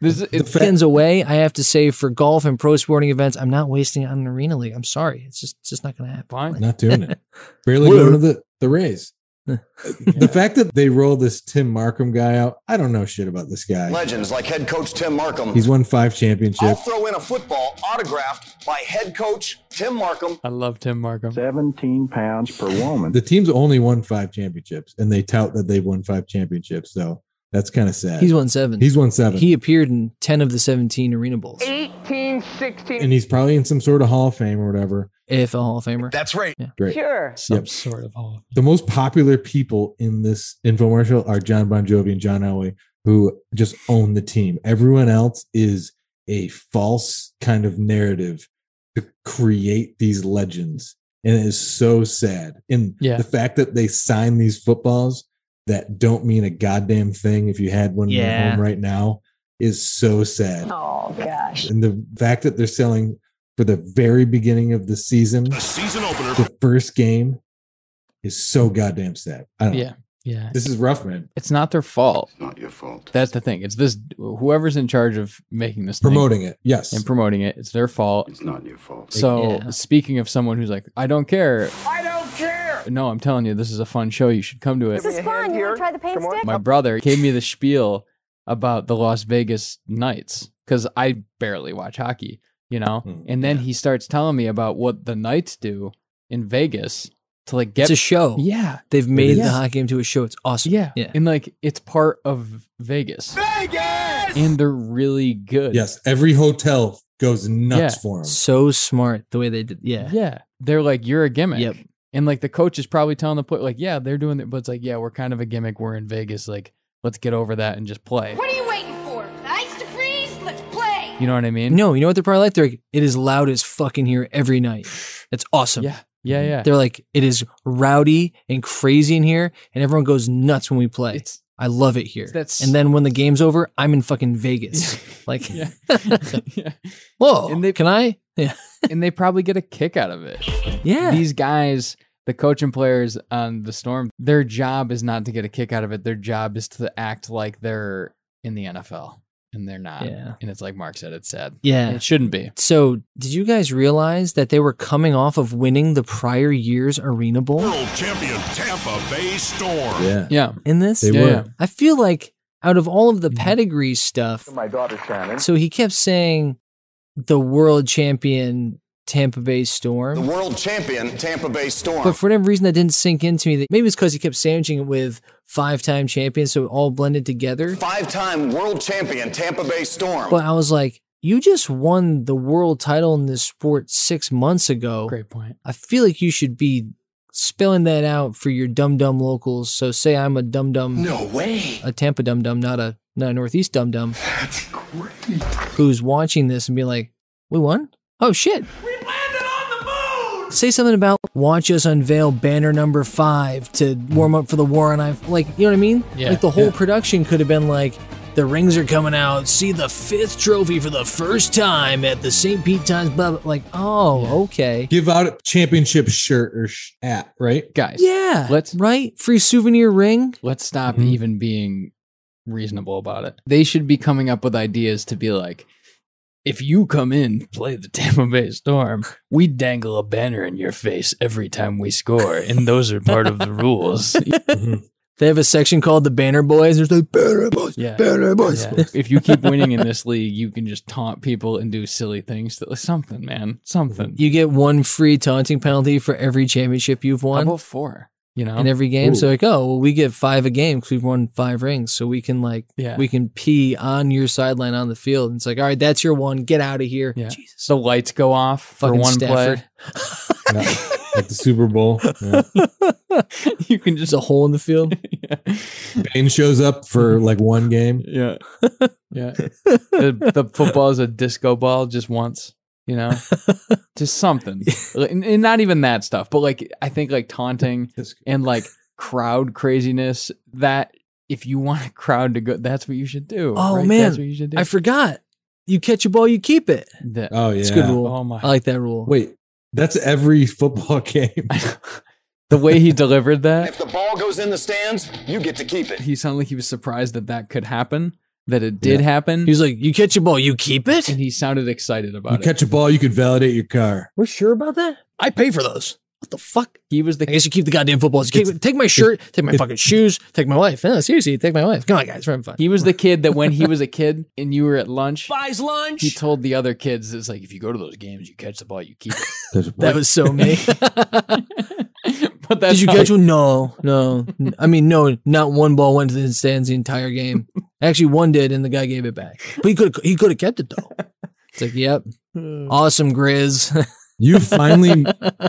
this it pins away. I have to say, for golf and pro sporting events, I'm not wasting it on an arena league. I'm sorry. It's just it's just not going to happen. Fine. Mm, Not doing it. Barely going to the, the Rays. The fact that they roll this Tim Markham guy out, I don't know shit about this guy. Legends like head coach Tim Markham. He's won five I'll championships. throw in a football autographed by head coach Tim Markham. I love Tim Markham. 17 pounds per woman. The team's only won five championships, and they tout that they've won five championships. So that's kind of sad. He's won seven. He's won seven. He appeared in ten of the seventeen arena bowls. 1816. and he's probably in some sort of Hall of Fame or whatever. AFL Hall of Famer. That's right. Great. Sure. Some Yep. sort of Hall The most popular people in this infomercial are John Bon Jovi and John Elway, who just own the team. Everyone else is a false kind of narrative to create these legends. And it is so sad. And Yeah. the fact that they sign these footballs that don't mean a goddamn thing if you had one in your Yeah. home right now is so sad. Oh gosh. And the fact that they're selling for the very beginning of the season, the season opener. first game is so goddamn sad. I don't Yeah. know. Yeah. This is rough, man. It's not their fault. It's not your fault. That's the thing. It's this whoever's in charge of making this thing- Promoting it, yes. and promoting it. It's their fault. It's not your fault. So speaking of someone who's like, I don't care. I don't care. No, I'm telling you, this is a fun show. You should come to it. fun. You want to try the paint stick? My brother gave me the spiel about the Las Vegas Knights because I barely watch hockey, you know. Hmm, And then he starts telling me about what the Knights do in Vegas to like get it's a show. Yeah, They've made Yeah. the hockey game to a show. It's awesome. Yeah. Yeah. And like it's part of Vegas. Vegas! And they're really good. Yes, every hotel goes nuts Yeah. for him. So smart the way they did. Yeah. Yeah. They're like, you're a gimmick. Yep. And like the coach is probably telling the player, like, yeah, they're doing it, but it's like, yeah, we're kind of a gimmick. We're in Vegas. Like, let's get over that and just play. What are you waiting for? The ice to freeze? Let's play. You know what I mean? No, you know what they're probably like? They're like, it is loud as fucking here every night. It's awesome. Yeah. Yeah, yeah. They're like, it is rowdy and crazy in here, and everyone goes nuts when we play. I love it here. that's- and then when the game's over, I'm in fucking Vegas. like, whoa, can I? Yeah. and they probably get a kick out of it. Yeah. These guys, the coach and players on the Storm, their job is not to get a kick out of it. Their job is to act like they're in the NFL and they're not. Yeah. And it's like Mark said, it's sad. Yeah. It shouldn't be. So, did you guys realize that they were coming off of winning the prior year's Arena Bowl? World champion Tampa Bay Storm. Yeah. In this? They Yeah. were. I feel like out of all of the pedigree stuff, My daughter Shannon. so he kept saying the world champion Tampa Bay Storm. The world champion Tampa Bay Storm. But for whatever reason, that didn't sink into me. That maybe it's because he kept sandwiching it with five-time champion, so it all blended together. Five-time world champion Tampa Bay Storm. But I was like, you just won the world title in this sport six months ago. Great point. I feel like you should be spelling that out for your dum dum locals. So say I'm a dum dum. No way. A Tampa dum dum, not a not a Northeast dum dum. That's great. Who's watching this and be like, we won? Oh shit. Say something about watch us unveil banner number five to warm up for the war on I like you know what I mean? Yeah, like the whole yeah. production could have been like, The rings are coming out. See the fifth trophy for the first time at the St. Pete Times Bub. Like, oh, okay. Give out a championship shirt or sh- at, right? Guys. Yeah. Let's right? Free souvenir ring. Let's stop Mm-hmm. even being reasonable about it. They should be coming up with ideas to be like, if you come in, play the Tampa Bay Storm, we dangle a banner in your face every time we score, and those are part of the rules. They have a section called the Banner Boys. There's like Banner Boys, Yeah. Banner Boys. Yeah. If you keep winning in this league, you can just taunt people and do silly things. That, something, man. Something. You get one free taunting penalty for every championship you've How won about four? You know? in every game. So Ooh. like, oh, well, we get five a game because we've won five rings. So we can like, Yeah. we can pee on your sideline on the field. And it's like, all right, that's your one. Get out of here. yeah. The lights go off for Fucking one Stafford. No, at the Super Bowl. Yeah. play. you can There's a just. hole in the field. Bane shows up for like one game. Yeah. Yeah. the, the football is a disco ball just once, you know? just something. Like, and, and not even that stuff, but like, I think like taunting and like crowd craziness that. If you want a crowd to go, that's what you should do. Oh right? man, that's what you should do. I forgot. You catch a ball, you keep it. The- Oh yeah. It's a good rule. Oh my! I like that rule. Wait, that's every football game. the way he delivered that, If the ball goes in the stands, you get to keep it. he sounded like he was surprised that that could happen, that it did happen, He's like, you catch a ball, you keep it. and he sounded excited about You it. catch a ball, you could validate your car. We're sure about that? I pay for those. What the fuck? he was the I guess you keep the goddamn footballs. Keep, take my shirt, take my fucking shoes, take my wife. No, seriously, take my wife. Come on, guys, we're having fun. he was the kid that when he was a kid and you were at lunch, Buys lunch. he told the other kids it's like if you go to those games, you catch the ball, you keep it. There's a That was so me. but that's Did you how- catch one? No, no. N- I mean, no. Not one ball went to the stands the entire game. Actually, one did, and the guy gave it back. But he could he could have kept it though. It's like, yep, awesome, Grizz. You finally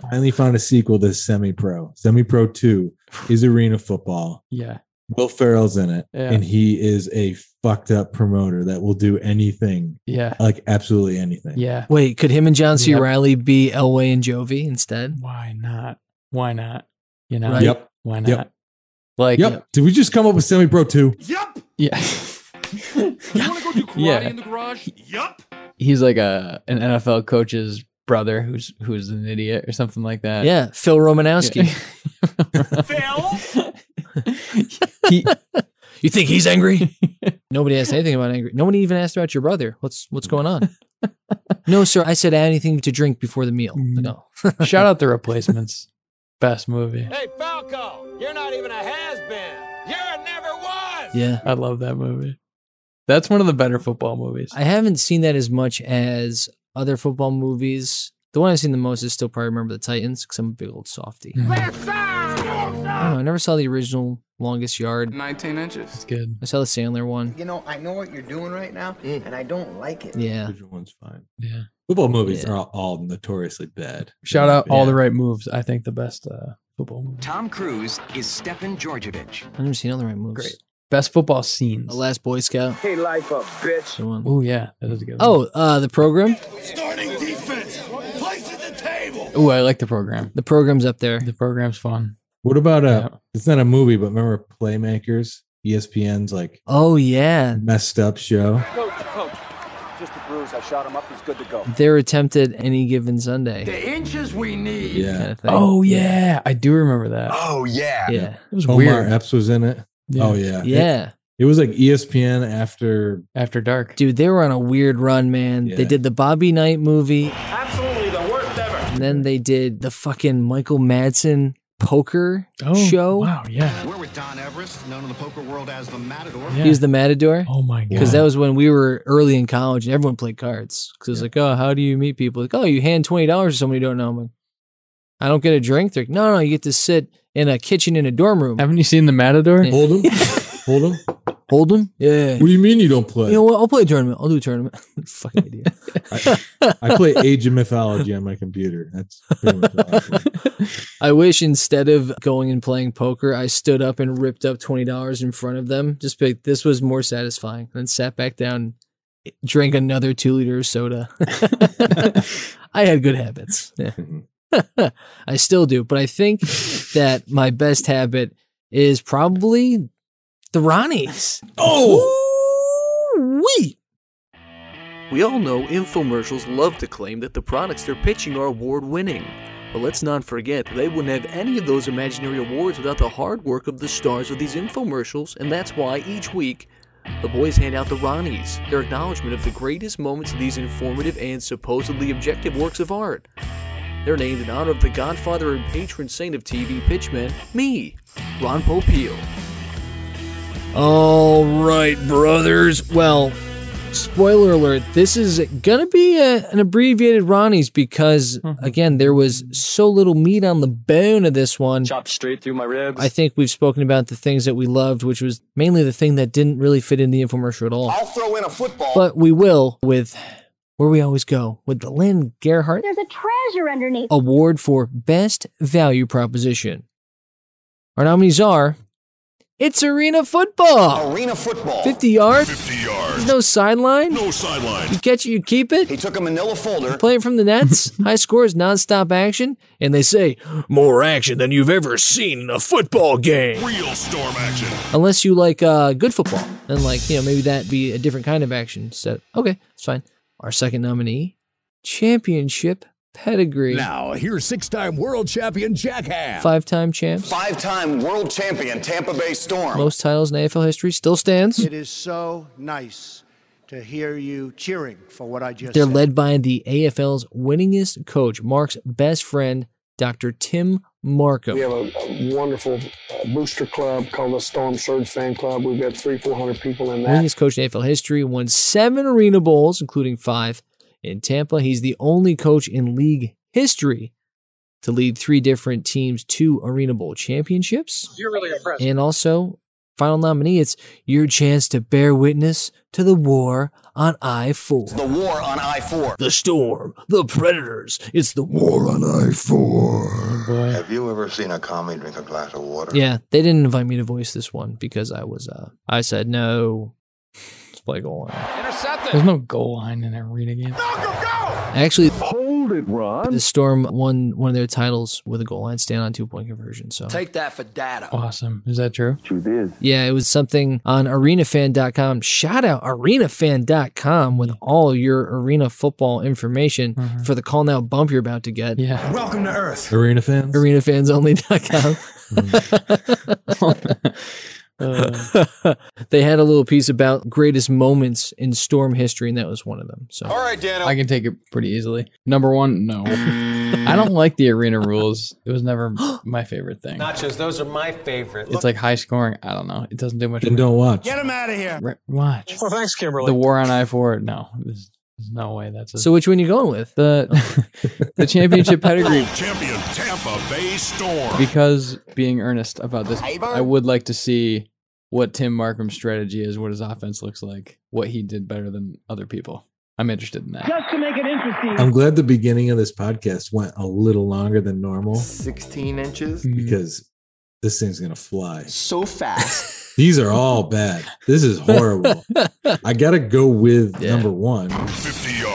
finally found a sequel to Semi Pro. Semi Pro 2 is arena football. Yeah, Will Ferrell's in it, Yeah. and he is a fucked up promoter that will do anything, yeah, like absolutely anything. yeah. Wait, could him and John C. Yep. Riley be Elway and Jovi instead? Why not? Why not? You know? Right. Yep. Why not? Yep. Like Yep. Did we just come up with Semi Pro 2? Yup. yeah. You want to go do karate Yeah. in the garage? Yup. He's like a an NFL coach's brother who's who's an idiot or something like that. Yeah, Phil Romanowski. Phil. he, You think he's angry? Nobody asked anything about angry. Nobody even asked about your brother. What's what's going on? no, sir. I said anything to drink before the meal. No. shout out the replacements. Best movie. Hey, Falco, you're not even a has-been. You're never was. Yeah. I love that movie. That's one of the better football movies. I haven't seen that as much as other football movies. The one I've seen the most is still probably Remember the Titans because I'm a big old softy. I don't know. I never saw the original Longest Yard. 19 inches. It's good. I saw the Sandler one. You know, I know what you're doing right now, and I don't like it. Yeah. Which one's fine? Yeah. Football movies Yeah. are all, all notoriously bad. Shout out all Yeah. the right moves. I think the best uh, football movie. Tom Cruise is Stefan Georgevich. I've never seen all the right movies. Great. Best football scenes. The Last Boy Scout. Hey, life up, bitch. the one. Oh yeah, that is a good. Oh, uh, the program. Starting defense. Place at the table. oh, I like the program. The program's up there. The program's fun. What about uh Yeah. it's not a movie, but remember Playmakers, E ESPN's like Oh yeah, messed up show. Coach, coach, just a bruise. I shot him up. He's good to go. they're attempted any given Sunday. The inches we need. Kind Yeah. of thing. oh yeah, I do remember that. Oh, yeah. yeah, It was Omar weird. Epps was in it. Yeah. Oh yeah. It, yeah. it was like E ESPN after After dark. Dude, they were on a weird run, man. They Yeah. did the Bobby Knight movie, Absolutely the worst ever. and then they did the fucking Michael Madsen poker Oh, show. Wow. Yeah. We're with Don Everest, known in the poker world as the Matador. yeah. He was the Matador. oh my god. Because that was when we were early in college and everyone played cards. Because it's like, oh, how do you meet people? Like, oh, you hand twenty dollars to somebody you don't know. I'm like, I don't get a drink. They're like, no, no, you get to sit in a kitchen in a dorm room. Haven't you seen the Matador? Hold him. Hold him. What Hold them. Yeah. do you mean you don't play? You know what? I'll play a tournament. I'll do a tournament. Fucking idiot. I play Age of Mythology on my computer. That's pretty much all I play. I wish instead of going and playing poker, I stood up and ripped up twenty dollars in front of them. Just be like, this was more satisfying. And then sat back down, drank another two liter of soda. I had good habits. Yeah. Mhm. I still do, but I think that my best habit is probably the Ronnies. Oh, Woo-wee! We all know infomercials love to claim that the products they're pitching are award winning. But let's not forget, that they wouldn't have any of those imaginary awards without the hard work of the stars of these infomercials, and that's why each week the boys hand out the Ronnies, their acknowledgement of the greatest moments of these informative and supposedly objective works of art. They're named in honor of the godfather and patron saint of TV pitchmen, me, Ron Popeil. All right, brothers. Well, spoiler alert, this is going to be a, an abbreviated Ronnie's because, again, there was so little meat on the bone of this one. Chopped straight through my ribs. I think we've spoken about the things that we loved, which was mainly the thing that didn't really fit in the infomercial at all. I'll throw in a football. But we will with where we always go with the Lynn Gerhart There's a treasure underneath. Award for Best Value Proposition. Our nominees are It's Arena Football. Arena football. 50 yards? 50 yards. There's no sideline? No sideline. You catch it, you keep it? He took a manila folder. Play it from the nets, high scores, nonstop action, and they say, more action than you've ever seen in a football game. Real storm action. Unless you like uh, good football. Then, like, you know, maybe that'd be a different kind of action. So, okay, it's fine. Our second nominee, Championship Pedigree. Now, here's six time world champion Jack Ham. Five time champs, Five time world champion Tampa Bay Storm. most titles in AFL history, still stands. It is so nice to hear you cheering for what I just They're said. led by the AFL's winningest coach, Mark's best friend, Dr. Tim Markham. We have a, a wonderful uh, booster club called the Storm Surge Fan Club. We've got three, four hundred people in that. Winningest coach in AFL history, won seven Arena Bowls, including five in Tampa. He's the only coach in league history to lead three different teams to Arena Bowl championships. You're really impressive. And also, final nominee, it's your chance to bear witness to the war on I 4. The war on I 4. The storm, the predators, it's the war on I 4. Have you ever seen a commie drink a glass of water? Yeah, they didn't invite me to voice this one because I was, uh, I said no. oh, Let's play goal line. There's no goal line in that arena game. Actually, Hold it, Ron. the Storm won one of their titles with a goal line stand on two point conversion. So Take that for data. Awesome. Is that true? Truth is. Yeah, it was something on arenafan.com. Shout out arenafan.com with all your arena football information for the call now bump you're about to get. Mm-hmm. Yeah. Welcome to Earth. Arena fans. Arenafansonly.com. Mm-hmm. they had a little piece about greatest moments in storm history, and that was one of them. So All right, Dano. I can take it pretty easily. Number one, no. I don't like the arena rules. It was never my favorite thing. Nachos, those are my favorite. It's like high scoring. I don't know. It doesn't do much. Then don't watch. him out of here. Re- Watch. Well, thanks, Kimberly. The war on I four. No, there's, there's no way that's a, So which one you going with? the the championship pedigree. World champion Tampa Bay Storm. Because being earnest about this, I would like to see what Tim Markham's strategy is, what his offense looks like, what he did better than other people. I'm interested in that. Just to make it interesting. I'm glad the beginning of this podcast went a little longer than normal 16 inches. Hmm. because this thing's gonna fly. So fast. These are all bad. This is horrible. I gotta go with number one.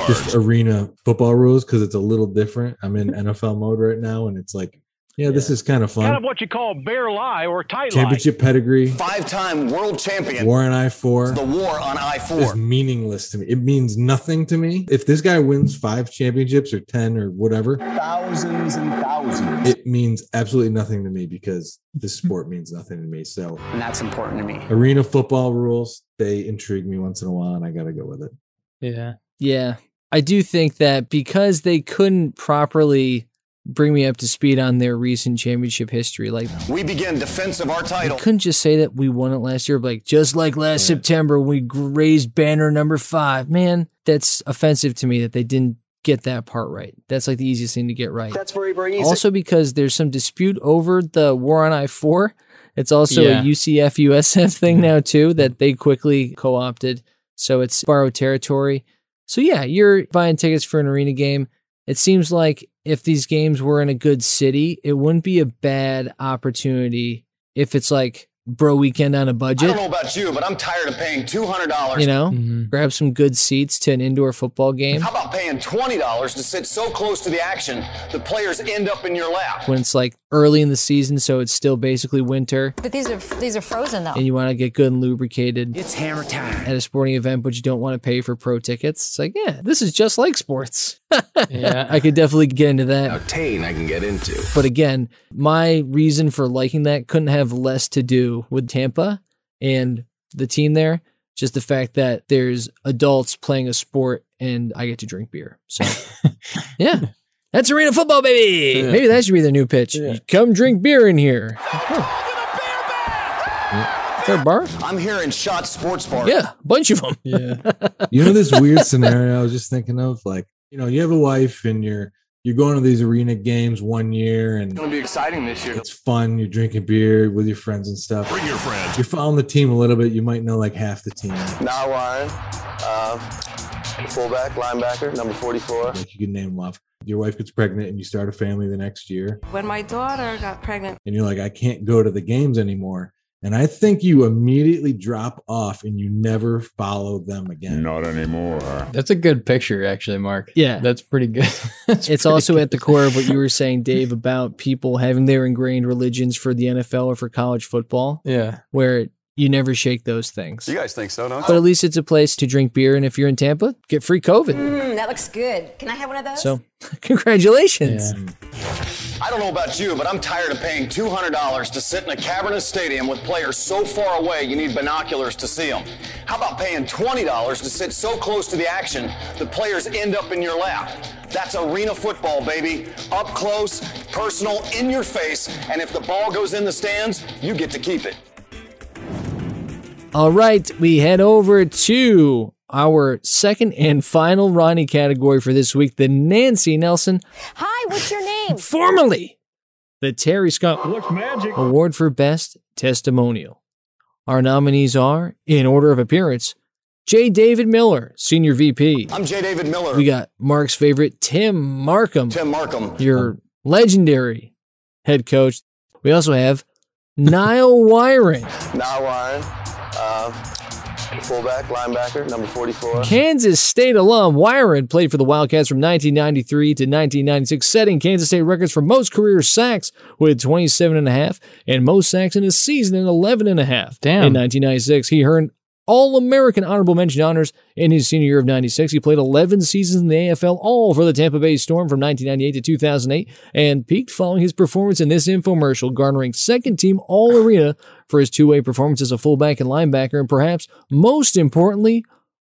Just arena football rules because it's a little different. I'm in NFL mode right now, and it's like, yeah, this is kind of Kind of fun. what you call bear lie or tight lie. Championship pedigree, Five time world champion. Warren I four. The war on I is 4. meaningless to me. It means nothing to me. If this guy wins five championships or 10 or whatever, Thousands and thousands. it means absolutely nothing to me because this sport means nothing to me. So, And that's important to me. arena football rules, they intrigue me once in a while, and I got to go with it. Yeah. Yeah. I do think that because they couldn't properly bring me up to speed on their recent championship history, like We begin defense of our they title. couldn't just say that we won it last year, but like just like last September we g- raised banner number five. Man, that's offensive to me that they didn't get that part right. That's like the easiest thing to get right. That's very, very easy. Also because there's some dispute over the war on I four. It's also Yeah. a UCF USF thing now too that they quickly co opted. So it's borrowed territory. So yeah, you're buying tickets for an arena game. It seems like if these games were in a good city, it wouldn't be a bad opportunity if it's like bro weekend on I a don't budget. know about you, but I'm tired of paying $200. You know, grab some good seats to an indoor football game How about paying $20 to sit so close to the action the players end up in your lap? when it's like early in the season, so it's still basically winter, But these are these are frozen though. and you want to get good and lubricated. It's hammer time. at a sporting event, but you don't want to pay for pro tickets. It's like, yeah, this is just like sports. Yeah. I could definitely get into that. Octane I can get into. But again, my reason for liking that couldn't have less to do with Tampa and the team there. Just the fact that there's adults playing a sport and I get to drink beer. So, yeah, that's arena football, baby. Yeah. Maybe that should be their new pitch. Come drink beer in here. Is there a bar? I'm here in Shot Sports Bar. Yeah, bunch of them. Yeah. you know this weird scenario I was just thinking of, like you know, you have a wife and you're you're going to these arena games one year and It's gonna be exciting this year. it's fun. You're drinking beer with your friends and stuff. Bring your friends. You're following the team a little bit. You might know like half the team. Now Warren, uh, fullback, linebacker, number 44. Like you can name them off. Your wife gets pregnant and you start a family the next year, When my daughter got pregnant, and you're like, I can't go to the games anymore. And I think you immediately drop off and you never follow them again. Not anymore. That's a good picture, actually, Mark. Yeah. That's pretty good. That's it's pretty also good. at the core of what you were saying, Dave, about people having their ingrained religions for the NFL or for college football, Yeah. where you never shake those things. You guys think so, don't But at least it's a place to drink beer, and if you're in Tampa, get free COVID. Mm, that looks good. Can I have one of those? So, congratulations. I don't know about you, but I'm tired of paying $200 to sit in a cavernous stadium with players so far away you need binoculars to see them. How about paying $20 to sit so close to the action the players end up in your lap? That's arena football, baby. Up close, personal, in your face, and if the ball goes in the stands, you get to keep it. All right, we head over to our second and final Ronnie category for this week the Nancy Nelson, Hi, what's your name? formerly the Terry Scott Award for Best Testimonial. Our nominees are, in order of appearance, J. David Miller, Senior VP. I'm J. David Miller. We got Mark's favorite, Tim Markham. Tim Markham. Your legendary head coach. We also have Niall Wyron, Now Warren, uh, fullback, linebacker, number 44. Kansas State alum. Wyron played for the Wildcats from 1993 to 1996, setting Kansas State records for most career sacks with 27 and a half and most sacks in a season at 11 and a half. Damn. In 1996, he earned all American honorable mention honors in his senior year of 96. He played 11 seasons in the AFL, all for the Tampa Bay Storm from 1998 to 2008, and peaked following his performance in this infomercial, garnering second team all arena for his two way performance as a fullback and linebacker. And perhaps most importantly,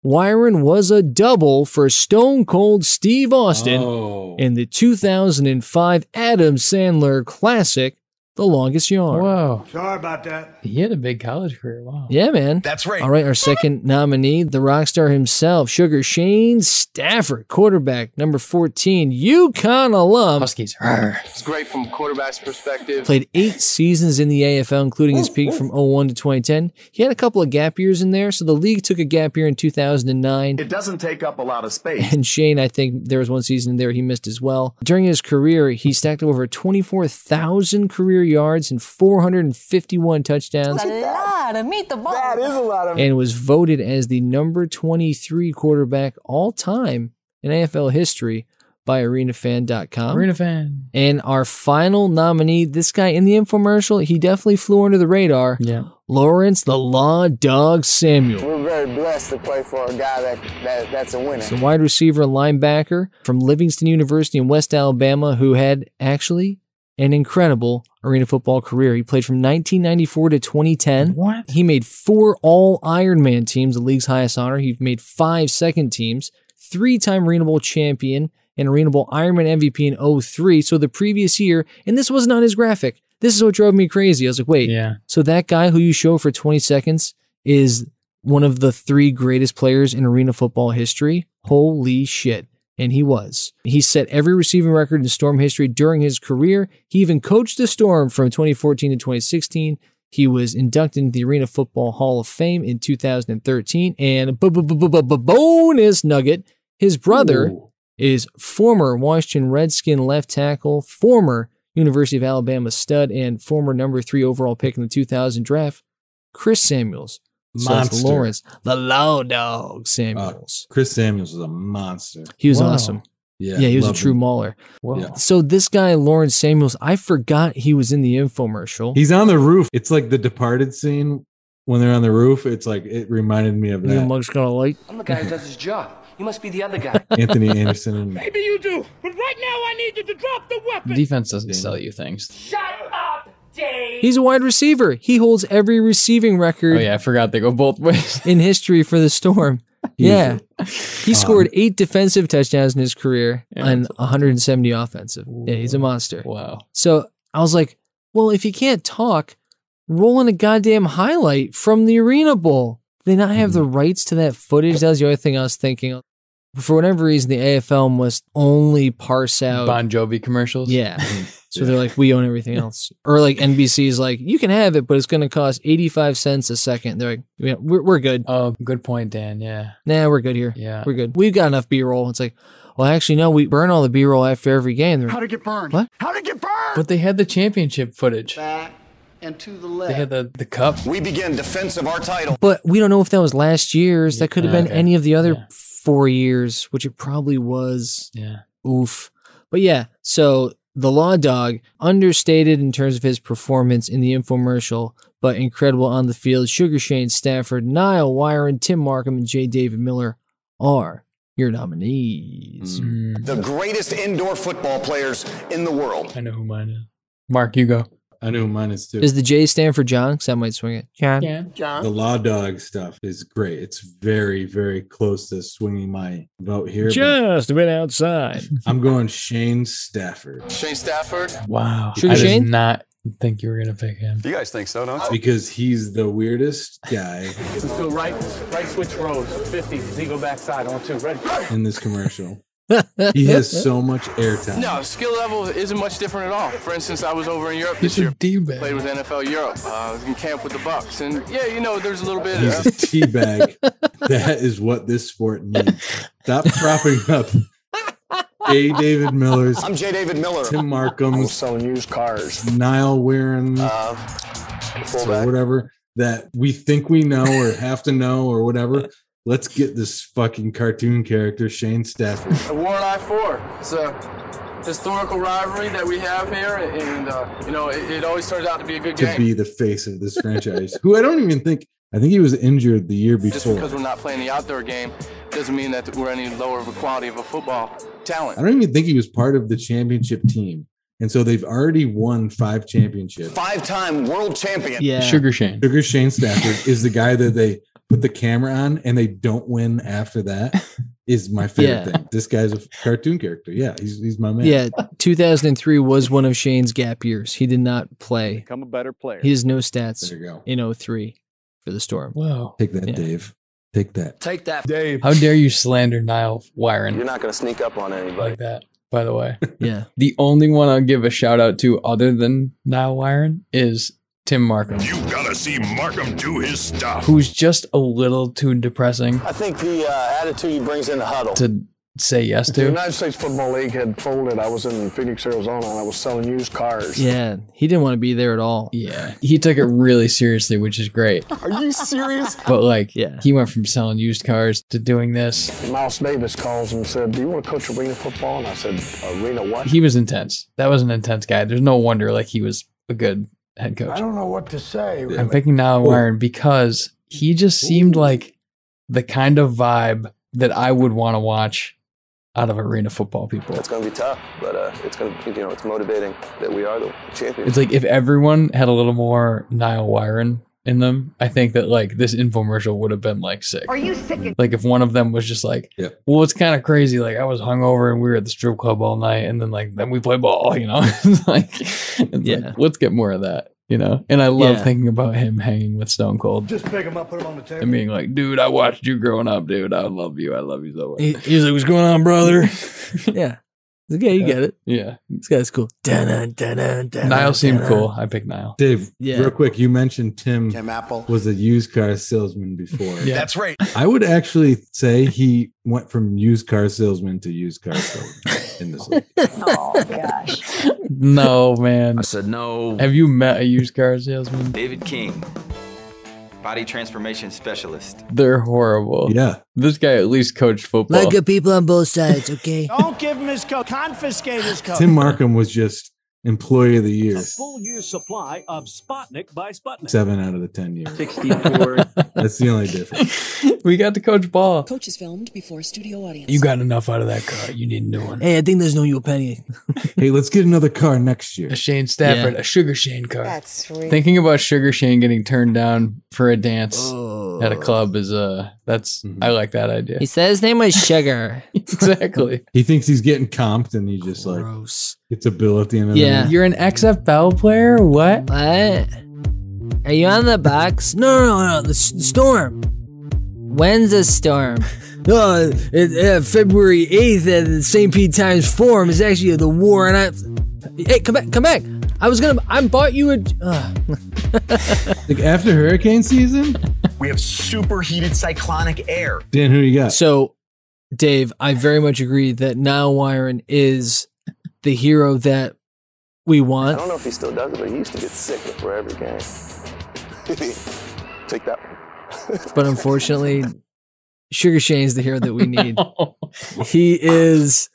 Wyron was a double for Stone Cold Steve Austin Oh. in the 2005 Adam Sandler classic, The Longest Yard. Wow. Sorry about that. He had a big college career. Wow. Yeah, man. That's right. All right, our second nominee, the rock star himself, Sugar Shane Stafford, quarterback, number 14, UConn alum. Huskies. It's great from quarterback's perspective. Played eight seasons in the AFL, including his peak from 01 to 2010. He had a couple of gap years in there, so the league took a gap year in 2009. It doesn't take up a lot of space. And Shane, I think there was one season in there he missed as well. During his career, he stacked up over 24,000 career yards and 451 touchdowns. That's a lot of meat the ball. That is a lot and was voted as the number 23 quarterback all time in AFL history by arenafan.com. Arena fan. And our final nominee, this guy in the infomercial, he definitely flew under the radar. Yeah. Lawrence the Law Dog Samuel. We're very blessed to play for a guy that, that that's a winner. He's a wide receiver and linebacker from Livingston University in West Alabama who had actually an incredible arena football career. He played from 1994 to 2010. What? He made four all Ironman teams, the league's highest honor. He made five second teams, three time Arena Bowl champion, and Arena Bowl Ironman MVP in 03. So the previous year, and this wasn't on his graphic. This is what drove me crazy. I was like, wait, Yeah. so that guy who you show for 20 seconds is one of the three greatest players in arena football history. Holy shit. And he was. He set every receiving record in Storm history during his career. He even coached the Storm from 2014 to 2016. He was inducted into the Arena Football Hall of Fame in 2013. And bu- bu- bu- bu- bu- bu- bonus nugget his brother is former Washington Redskin left tackle, former University of Alabama stud and former number three overall pick in the 2000 draft, Chris Samuels. slash Monster. Lawrence, the Low Dog Samuels. Chris Samuels was a monster. He was awesome. Yeah, he was a loved true him. mauler. Yeah. So this guy, Lawrence Samuels, I forgot he was in the infomercial. He's on the roof. It's like the Departed scene when they're on the roof. It's like it reminded me of Neil that. Mug's got a light. I'm the guy who does his job. You must be the other guy. Anthony Anderson and Maybe you do, but right now I need you to drop the weapon. Defense doesn't sell you things. Shut up, Dave. He's a wide receiver. He holds every receiving record Oh yeah, I forgot they go both ways. in history for the Storm. yeah. He scored eight defensive touchdowns in his career and 170 offensive. Yeah, he's a monster. Wow. So I was like, well, if he can't talk, roll in a goddamn highlight from the Arena Bowl. Do They not have the rights to that footage. That was the other thing I was thinking. For whatever reason, the AFL must only parse out Bon Jovi commercials. Yeah. So they're like, we own everything else. Or like NBC is like, you can have it, but it's going to cost 85 cents a second. They're like, yeah, we're, we're good. Oh, good point, Dan. Yeah. Nah, we're good here. Yeah. We're good. We've got enough B roll. It's like, well, actually, no, we burn all the B roll after every game. They're like, How to get burned? What? How to get burned? But they had the championship footage. Back and to the left. They had the, the cup. We begin defense of our title. but we don't know if that was last year's. That could have been Okay. any of the other four years, which it probably was. Yeah. Oof. But yeah, so the Law Dog, understated in terms of his performance in the infomercial, but incredible on the field. Sugar Shane Stafford, Niall Wyron, Tim Markham, and J. David Miller are your nominees. The greatest indoor football players in the world. I know who mine is. Mark, you go. I know mine is too. Is the J stand for John? Because I might swing it. John. the law dog stuff is great. It's very, very close to swinging my vote here. but Just a bit outside. I'm going Shane Stafford Shane Stafford. Wow. Sugar I did Shane? not think you were going to pick him. You guys think so, don't you? because he's the weirdest guy Let's go right, right switch rows. 50, Z go backside on two. Ready? in this commercial. He has so much airtime. No, Uh, skill level isn't much different at all. For instance, I was over in Europe He's this year. a D-bag. Played with NFL Europe. Uh, I was in camp with the Bucks, and yeah, you know, there's a little bit. He's a Of, teabag. that is what this sport needs. Stop propping up A. David Miller's, I'm J. David Miller. Tim Markham's, selling used cars. Niall Warren, or whatever that we think we know or have to know or whatever. Let's get this fucking cartoon character, Shane Stafford. a war and I four. It's a historical rivalry that we have here, and uh, you know, it, it always turns out to be a good to game. be the face of this franchise. Who I don't even think I think he was injured the year Just because before. we're not playing the outdoor game doesn't mean that we're any lower of a quality of a football I talent. don't even think he was part of the championship team. And so they've already won five championships. Five time world champion. Yeah. Sugar Shane. Sugar Shane Stafford is the guy that they put the camera on and they don't win after that. Is my favorite Yeah. thing. This guy's a cartoon character. Yeah, he's, he's my man. Yeah, 2003 was one of Shane's gap years. He did not play. Become a better player. He has no stats There you go. in 03 for the Storm. Wow. Take that, Yeah. Dave. Take that. Take that. Dave. How dare you slander Niall Wyron not going to sneak up on anybody. like that, by the way? Yeah. the only one I'll give a shout out to other than Niall Wyron is Tim Markham, You gotta see Markham do his stuff. who's just a little too depressing I think the uh, attitude he brings in the huddle. to say yes The to. United States Football League had folded. I was in Phoenix, Arizona, and I was selling used cars. Yeah, he didn't want to be there at all. Yeah, he took it really seriously, which is great. Are you serious? But like, Yeah. he went from selling used cars to doing this. Miles Davis calls and said, "Do you want to coach arena football?" And I said, "Arena what?" He was intense. That was an intense guy. There's no wonder like he was a good head coach. I don't know what to say. I'm picking Niall Warren because he just seemed like the kind of vibe that I would want to watch out of arena football people. going to be tough, but uh, it's going to, you know, it's motivating that we are the champions. It's like if everyone had a little more Niall Warren in them, I think that like this infomercial would have been like sick. Are you sick? Like if one of them was just like, Yeah. well, it's kind of crazy. Like I was hungover and we were at the strip club all night, and then like then we play ball. You know, it's like, it's Yeah. like let's get more of that. You know, and I love Yeah. thinking about him hanging with Stone Cold Just pick him up, put him on the table. and being like, dude, I watched you growing up, dude. I love you. I love you so much. He, he's like, "What's going on, brother?" yeah, Okay, you get it. Yeah. This guy's cool. Dun-dun, dun-dun, dun-dun, Niall seemed dun-dun. cool. I picked Niall. Dave, Yeah. real quick, you mentioned Tim, Tim Apple. was a used car salesman before. Yeah. That's right. I would actually say he went from used car salesman to used car salesman in this league. oh gosh. No, man. I said no. Have you met a used car salesman? David King, body transformation specialist. They're horrible. Yeah. This guy at least coached football. Like good people on both sides, okay? Don't give him his coat. Confiscate his coat. Tim Markham was just employee of the year Full year supply of Sputnik by Sputnik. seven out of the 10 years. 64. That's the only difference. we got to coach ball. Coach is filmed before studio audience. You got enough out of that car. You need a new one. Hey, I think there's no you penny. Hey, let's get another car next year. A Shane Stafford, a Sugar Shane car. That's sweet. Thinking about Sugar Shane getting turned down for a dance at a club is uh that's I like that idea. He said his name was Sugar. exactly. He thinks he's getting comped and he just like gets a bill at the end of the You're an XFL player? What? What? Are you on the box? No, no, no, no. The, s- the storm. When's the storm? No, it, uh, February 8th at the St. Pete Times Forum is actually the war. And I. Hey, come back, come back. I was gonna. I bought you a. Uh, night. Like after hurricane season? We have superheated cyclonic air. Dan, who you got? So, Dave, I very much agree that Niall Wyron is the hero that we I want. don't know if he still does it, but he used to get sick before every game. Take that one. But unfortunately, Sugar Shane's the hero that we need. He is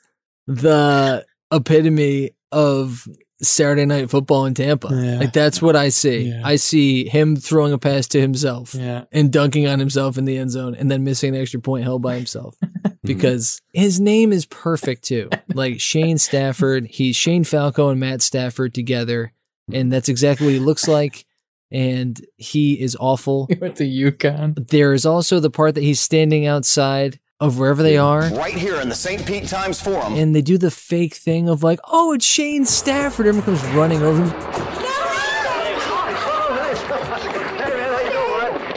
the epitome of Saturday night football in Tampa. Yeah. Like that's what I see. Yeah. I see him throwing a pass to himself Yeah. and dunking on himself in the end zone and then missing an extra point held by himself. because his name is perfect too. Like Shane Stafford, he's Shane Falco and Matt Stafford together, and that's exactly what he looks like. And he is awful. He went to Yukon. There is also the part that he's standing outside of wherever they are. Right here in the St. Pete Times Forum. And they do the fake thing of like, oh, it's Shane Stafford. Everyone comes running over him.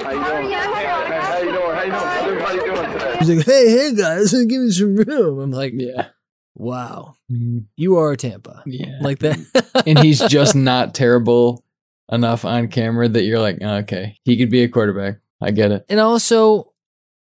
How you doing? How you doing? How you doing today? He's like, hey, hey guys, give me some room. I'm like, yeah, wow, you are Tampa, Yeah. like that. and he's just not terrible enough on camera that you're like, "Oh, okay, he could be a quarterback. I get it. And also,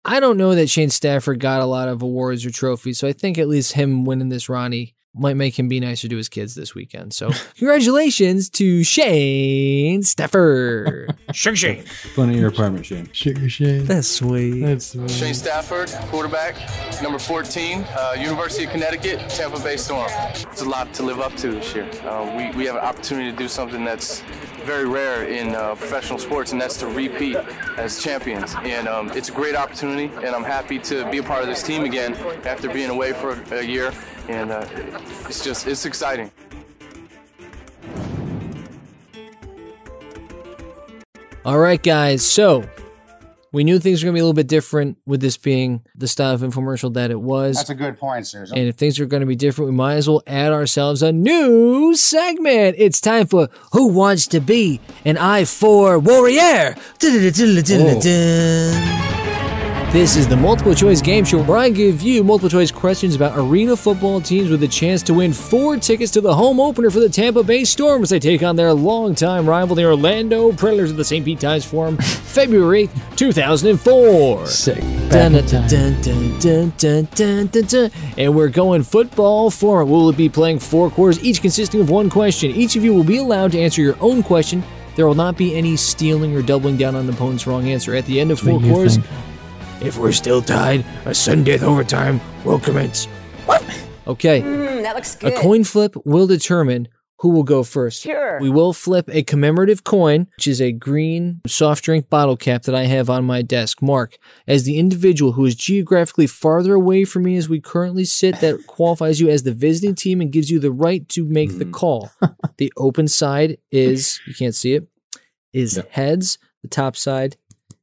I don't know that Shane Stafford got a lot of awards or trophies, so I think at least him winning this Ronnie might make him be nicer to his kids this weekend. So congratulations to Shane Stafford. Shane Shane. Fun at your apartment, Shane. Sugar Shane. That's sweet. That's Shane Stafford, quarterback, number 14, uh, University of Connecticut, Tampa Bay Storm. It's a lot to live up to this year. Uh, we, we have an opportunity to do something that's very rare in uh, professional sports, and that's to repeat as champions. And um, it's a great opportunity, and I'm happy to be a part of this team again after being away for a, a year. And uh, it's just, it's exciting. All right, guys. So we knew things were going to be a little bit different with this being the style of infomercial that it was. That's a good point, Susan. And if things are going to be different, we might as well add ourselves a new segment. It's time for Who Wants to Be an I 4 Warrior? Oh. This is the multiple choice game show where I give you multiple choice questions about arena football teams with a chance to win four tickets to the home opener for the Tampa Bay Storm as they take on their longtime rival, the Orlando Predators of the St. Pete Times Forum, February 2004. Sick. Dun, dun, dun, dun, dun, dun, dun, dun, dun. And we're going football format. We'll be playing four quarters, each consisting of one question. Each of you will be allowed to answer your own question. There will not be any stealing or doubling down on the opponent's wrong answer. At the end of four What do you quarters, think? if we're still tied, a sudden death overtime will commence. What? Okay. Mm, that looks good. A coin flip will determine who will go first. Sure. We will flip a commemorative coin, which is a green soft drink bottle cap that I have on my desk. Mark, as the individual who is geographically farther away from me as we currently sit, that qualifies you as the visiting team and gives you the right to make the call. the open side is, you can't see it, is heads. The top side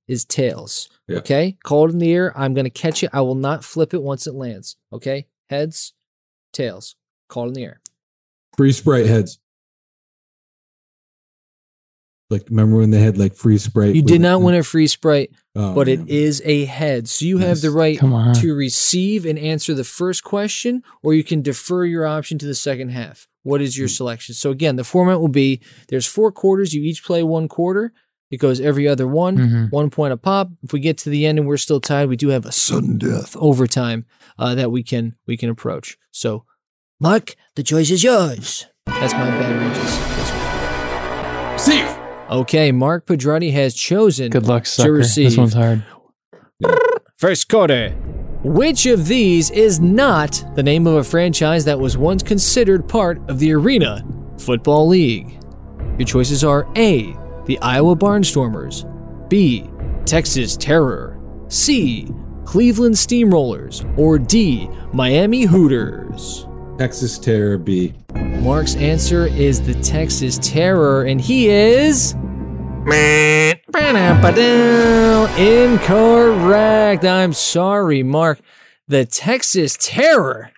is tails. Yeah. Okay? Call it in the air. I'm going to catch it. I will not flip it once it lands. Okay? Heads, tails. Call it in the air. Free Sprite heads. Like, remember when they had like free Sprite? You with- did not win a free sprite, Oh, but it is a head. So you have the right Come on. to receive and answer the first question, or you can defer your option to the second half. What is your selection? So again, the format will be there's four quarters. You each play one quarter. It goes every other one, Mhm. one point a pop. If we get to the end and we're still tied, we do have a sudden death overtime uh, that we can we can approach. So, Mark, the choice is yours. That's my bad Regis. Steve. Okay, Mark Pedrotti has chosen. Good luck, To sucker. receive This one's hard. First quarter. Which of these is not the name of a franchise that was once considered part of the Arena Football League? Your choices are A, the Iowa Barnstormers, B, Texas Terror, C, Cleveland Steamrollers, or D, Miami Hooters. Texas Terror B. Mark's answer is the Texas Terror, and he is. Incorrect. I'm sorry, Mark. The Texas Terror.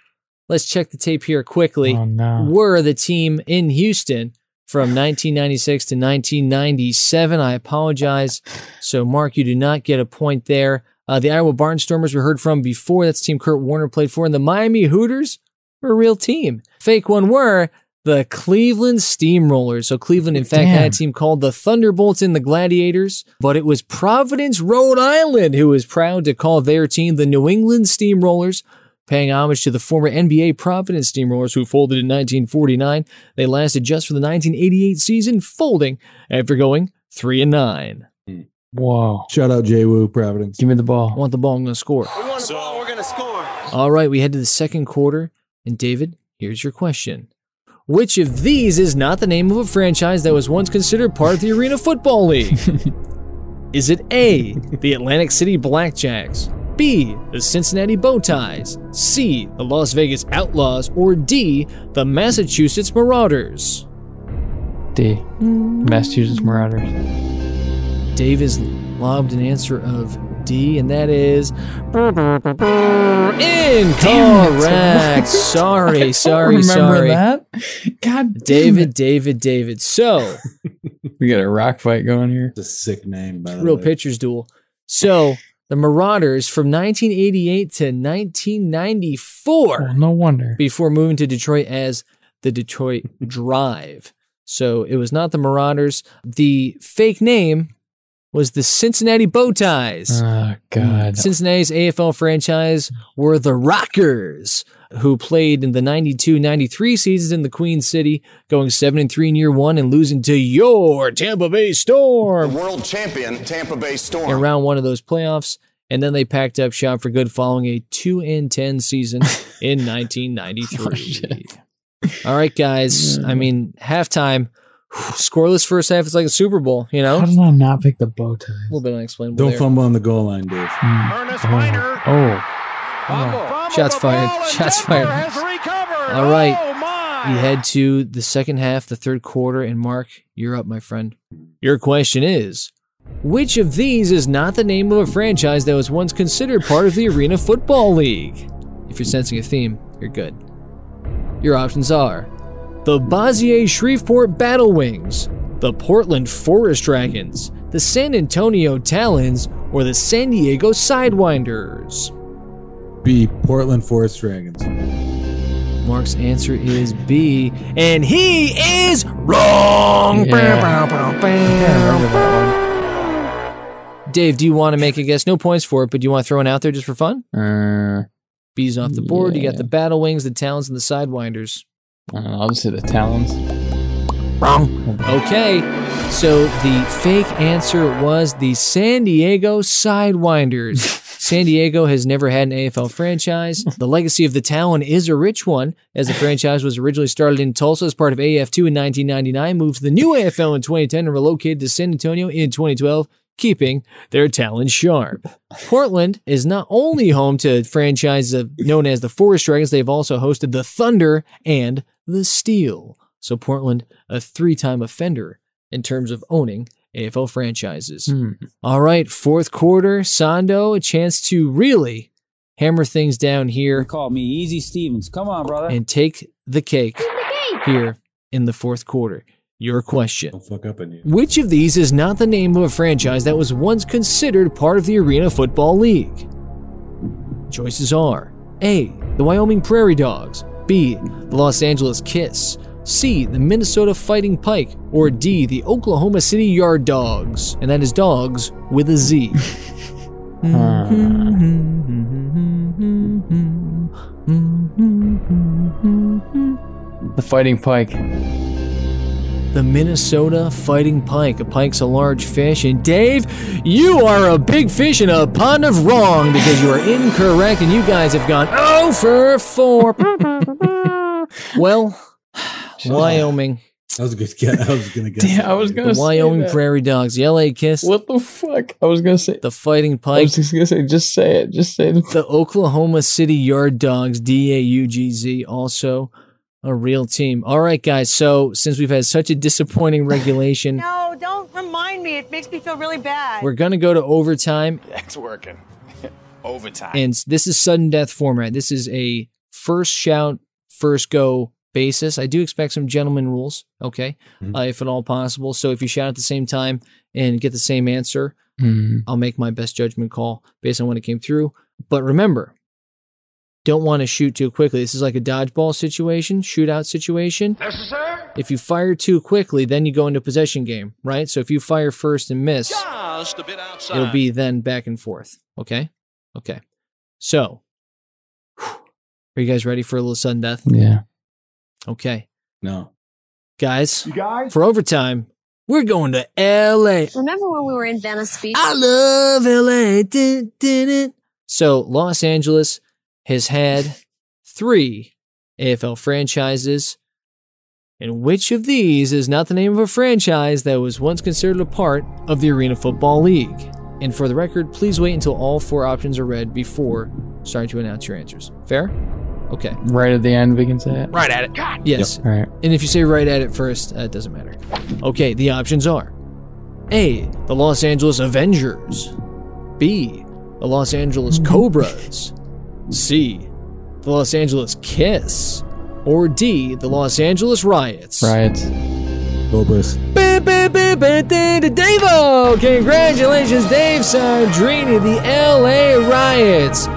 Let's check the tape here quickly. Were the team in Houston from 1996 to 1997? I apologize. So, Mark, you do not get a point there. Uh, the Iowa Barnstormers we heard from before. That's the team Kurt Warner played for. And the Miami Hooters were a real team. Fake one were the Cleveland Steamrollers. So Cleveland, in fact, had Damn. a team called the Thunderbolts and the Gladiators, but it was Providence, Rhode Island, who was proud to call their team the New England Steamrollers. Paying homage to the former NBA Providence Steamrollers who folded in 1949, they lasted just for the 1988 season, folding after going three and nine. Whoa. Shout out Jay Wu Providence. Give me the ball. I want the ball. I'm going to score. So we're gonna score. All right, we head to the second quarter. And David, here's your question. Which of these is not the name of a franchise that was once considered part of the Arena Football League? is it A, the Atlantic City Blackjacks, B, the Cincinnati Bowties, C, the Las Vegas Outlaws, or D, the Massachusetts Marauders? D. Massachusetts Marauders. Dave has lobbed an answer of D, and that is incorrect. I Sorry, don't sorry, remember sorry. that. God, David, David, David. So, we got a rock fight going here. It's a sick name, by the real way. pitchers duel. So, the Marauders from 1988 to 1994. Well, no wonder. before moving to Detroit as the Detroit Drive. So it was not the Marauders. The fake name was the Cincinnati Bowties. Oh God. Cincinnati's AFL franchise were the Rockers, who played in the 92 93 seasons in the Queen City, going 7 and 3 in year one and losing to your Tampa Bay Storm World champion Tampa Bay Storm. in round one of those playoffs. And then they packed up shop for good following a 2 and 10 season in 1993. All right, guys. I mean, halftime, scoreless first half. It's like a Super Bowl, you know? How A did I not pick the bow tie? little bit unexplainable. Don't there. fumble on the goal line, Dave. Oh. oh. Shots fired. Shots fired. All right. you head to the second half, the third quarter, and Mark, you're up, my friend. Your question is Which of these is not the name of a franchise that was once considered part of the Arena Football League? If you're sensing a theme, you're good. Your options are the Bazier Shreveport Battle Wings, the Portland Forest Dragons, the San Antonio Talons, or the San Diego Sidewinders. B. Portland Forest Dragons. Mark's answer is B, and he is wrong. Yeah. Bow, bow, bow, bow. Dave, do you want to make a guess? No points for it, but do you want to throw one out there just for fun? Uh, B's off the board. You got Yeah. the Battle Wings, the Talons, and the Sidewinders. I don't know, I'll just hit the talons. Wrong. Okay, so the fake answer was the San Diego Sidewinders. San Diego has never had an AFL franchise. The legacy of the Talon is a rich one, as the franchise was originally started in Tulsa as part of AF2 in 1999, moved to the new AFL in 2010, and relocated to San Antonio in 2012, keeping their Talon sharp. Portland is not only home to franchises of- known as the Forest Dragons, they've also hosted the Thunder and the Steel. So Portland, a three-time offender in terms of owning AFL franchises. Hmm. All right, fourth quarter, Sando, a chance to really hammer things down here Call me Easy Stevens. Come on, brother. and take the cake here in the fourth quarter. your question. Don't fuck up on you. Which of these is not the name of a franchise that was once considered part of the Arena Football League? Choices are A. The Wyoming Prairie Dogs, B. The Los Angeles Kiss, C. The Minnesota Fighting Pike, or D. The Oklahoma City Yard Dogs. And that is dogs with a Z. The Fighting Pike. The Minnesota Fighting Pike. A pike's a large fish, and Dave, you are a big fish in a pond of wrong because you are incorrect, and you guys have gone oh for four. well, Wyoming. That was a good guess. I was gonna guess. Yeah, I was gonna The say Wyoming that. Prairie Dogs, the LA Kiss. What the fuck? I was gonna say. The Fighting I Pike. was just gonna say. Just say it. Just say it. The Oklahoma City Yard Dogs, D A U G Z, also a real team. All right, guys. So since we've had such a disappointing regulation, No, don't remind me. It makes me feel really bad. we're gonna go to overtime. That's working. Overtime. And this is sudden death format. This is a first shout, first go basis. I do expect some gentleman rules, okay, uh, if at all possible. So if you shout at the same time and get the same answer, Hmm. I'll make my best judgment call based on when it came through. But remember, don't want to shoot too quickly. This is like a dodgeball situation, shootout situation. If you fire too quickly, then you go into possession game, right? So if you fire first and miss, Uh, Just a bit outside. it'll be then back and forth. Okay? Okay. So, whew, are you guys ready for a little sudden death? Yeah. Okay. No. Guys, for overtime, we're going to LA. Remember when we were in Venice Beach? I love LA. Dun, dun, dun. So Los Angeles has had three AFL franchises. And which of these is not the name of a franchise that was once considered a part of the Arena Football League? And for the record, please wait until all four options are read before starting to announce your answers. Fair? Okay. Right at the end, we can say it. Right at it. Yes. All right. And if you say right at it first, uh, it doesn't matter. Okay, the options are A. The Los Angeles Avengers. B. The Los Angeles Cobras. C. The Los Angeles Kiss. Or D. The Los Angeles Riots. Riots. Cobras. Davo! Congratulations, Dave Sandrini, the LA Riots.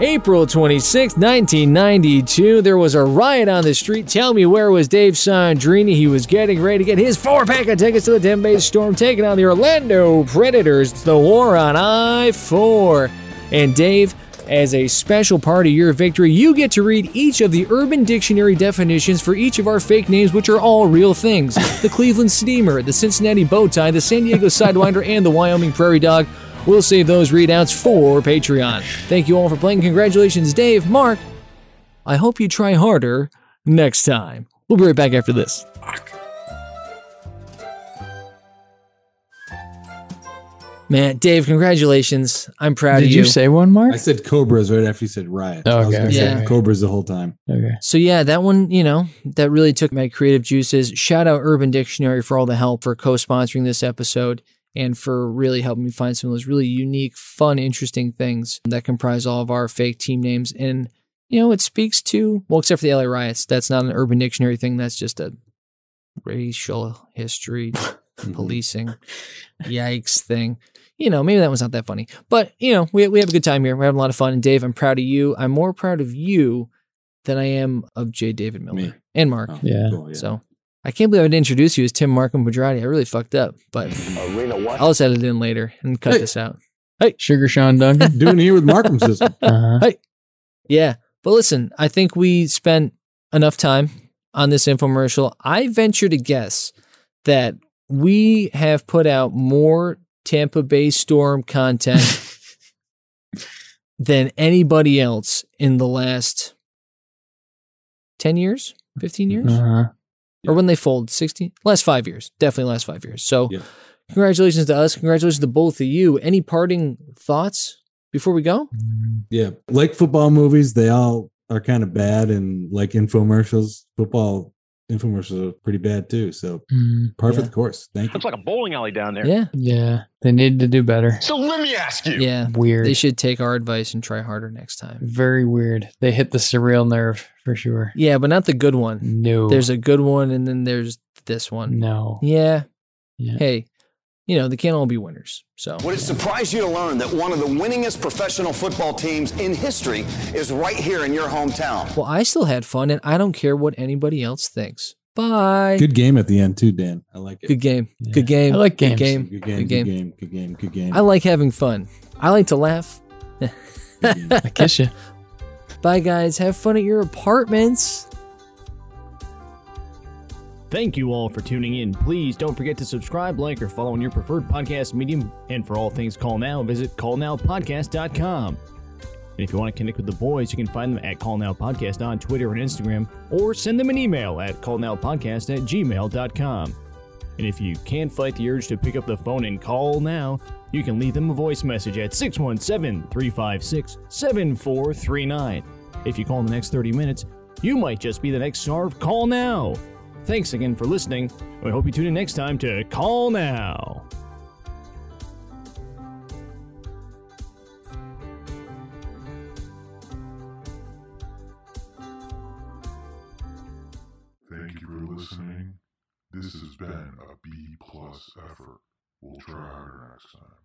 April 26, 1992, there was a riot on the street. Tell me where was Dave Sandrini? He was getting ready to get his four pack of tickets to the 10 Bay Storm, taking on the Orlando Predators. It's the war on I 4. And Dave, as a special part of your victory, you get to read each of the Urban Dictionary definitions for each of our fake names, which are all real things the Cleveland Steamer, the Cincinnati Bowtie, the San Diego Sidewinder, and the Wyoming Prairie Dog. We'll save those readouts for Patreon. Thank you all for playing. Congratulations, Dave, Mark. I hope you try harder next time. We'll be right back after this. Man, Dave, congratulations. I'm proud of Did you. you say one, Mark? I said Cobras right after you said riot. I was Okay, gonna say okay. Cobras the whole time. Okay. So yeah, that one, you know, that really took my creative juices. Shout out Urban Dictionary for all the help for co-sponsoring this episode and for really helping me find some of those really unique, fun, interesting things that comprise all of our fake team names. And you know, it speaks to well, except for the LA riots. That's not an Urban Dictionary thing. That's just a racial history Mm-hmm. policing yikes thing. You know, maybe that one's not that funny, but you know, we we have a good time here. We're having a lot of fun. And Dave, I'm proud of you. I'm more proud of you than I am of J. David Miller Me. and Mark. Oh, Yeah. cool, So I can't believe I didn't introduce you as Tim Markham Pedrati. I really fucked up, but Arena what? I'll just edit it in later and cut Hey. this out. Sugar Sean Duncan. doing here with Markham's system. Uh-huh. Yeah. But listen, I think we spent enough time on this infomercial. I venture to guess that we have put out more Tampa Bay Storm content than anybody else in the last 10 years, 15 years, Mm-hmm. Uh-huh. or when they fold, 16, last five years, definitely last five years. So, Yeah. congratulations to us. Congratulations to both of you. Any parting thoughts before we go? Yeah. Like football movies, they all are kind of bad and like infomercials, football infomercials are pretty bad too. So Mm, par for Yeah. the course. Thank you. Looks like a bowling alley down there. Yeah. Yeah. They needed to do better. So let me ask you. Yeah. Weird. They should take our advice and try harder next time. Very weird. They hit the surreal nerve for sure. Yeah, but not the good one. No. There's a good one, and then there's left this one. No. Yeah. Hey, you know, they can't all be winners. So Would it surprise you to learn that one of the winningest professional football teams in history is right here in your hometown? Well, I still had fun and I don't care what anybody else thinks. Bye. Good game at the end too, Dan. I like it. Good game. Good game. I like Good games. game. Good game, good Good game. game, good game, good game. I like having fun. I like to laugh. I kiss you. Bye, guys. Have fun at your apartments. Thank you all for tuning in. Please don't forget to subscribe, like, or follow on your preferred podcast medium. And for all things Call Now, visit callnowpodcast.com. And if you want to connect with the boys, you can find them at Call Now Podcast on Twitter and Instagram, or send them an email at callnowpodcast at gmail.com. And if you can't fight the urge to pick up the phone and call now, you can leave them a voice message at 617 356 7439. If you call in the next 30 minutes, you might just be the next star of Call Now. Thanks again for listening. We hope you tune in next time to Call Now. Thank you for listening. This has been a B plus effort. We'll try harder next time.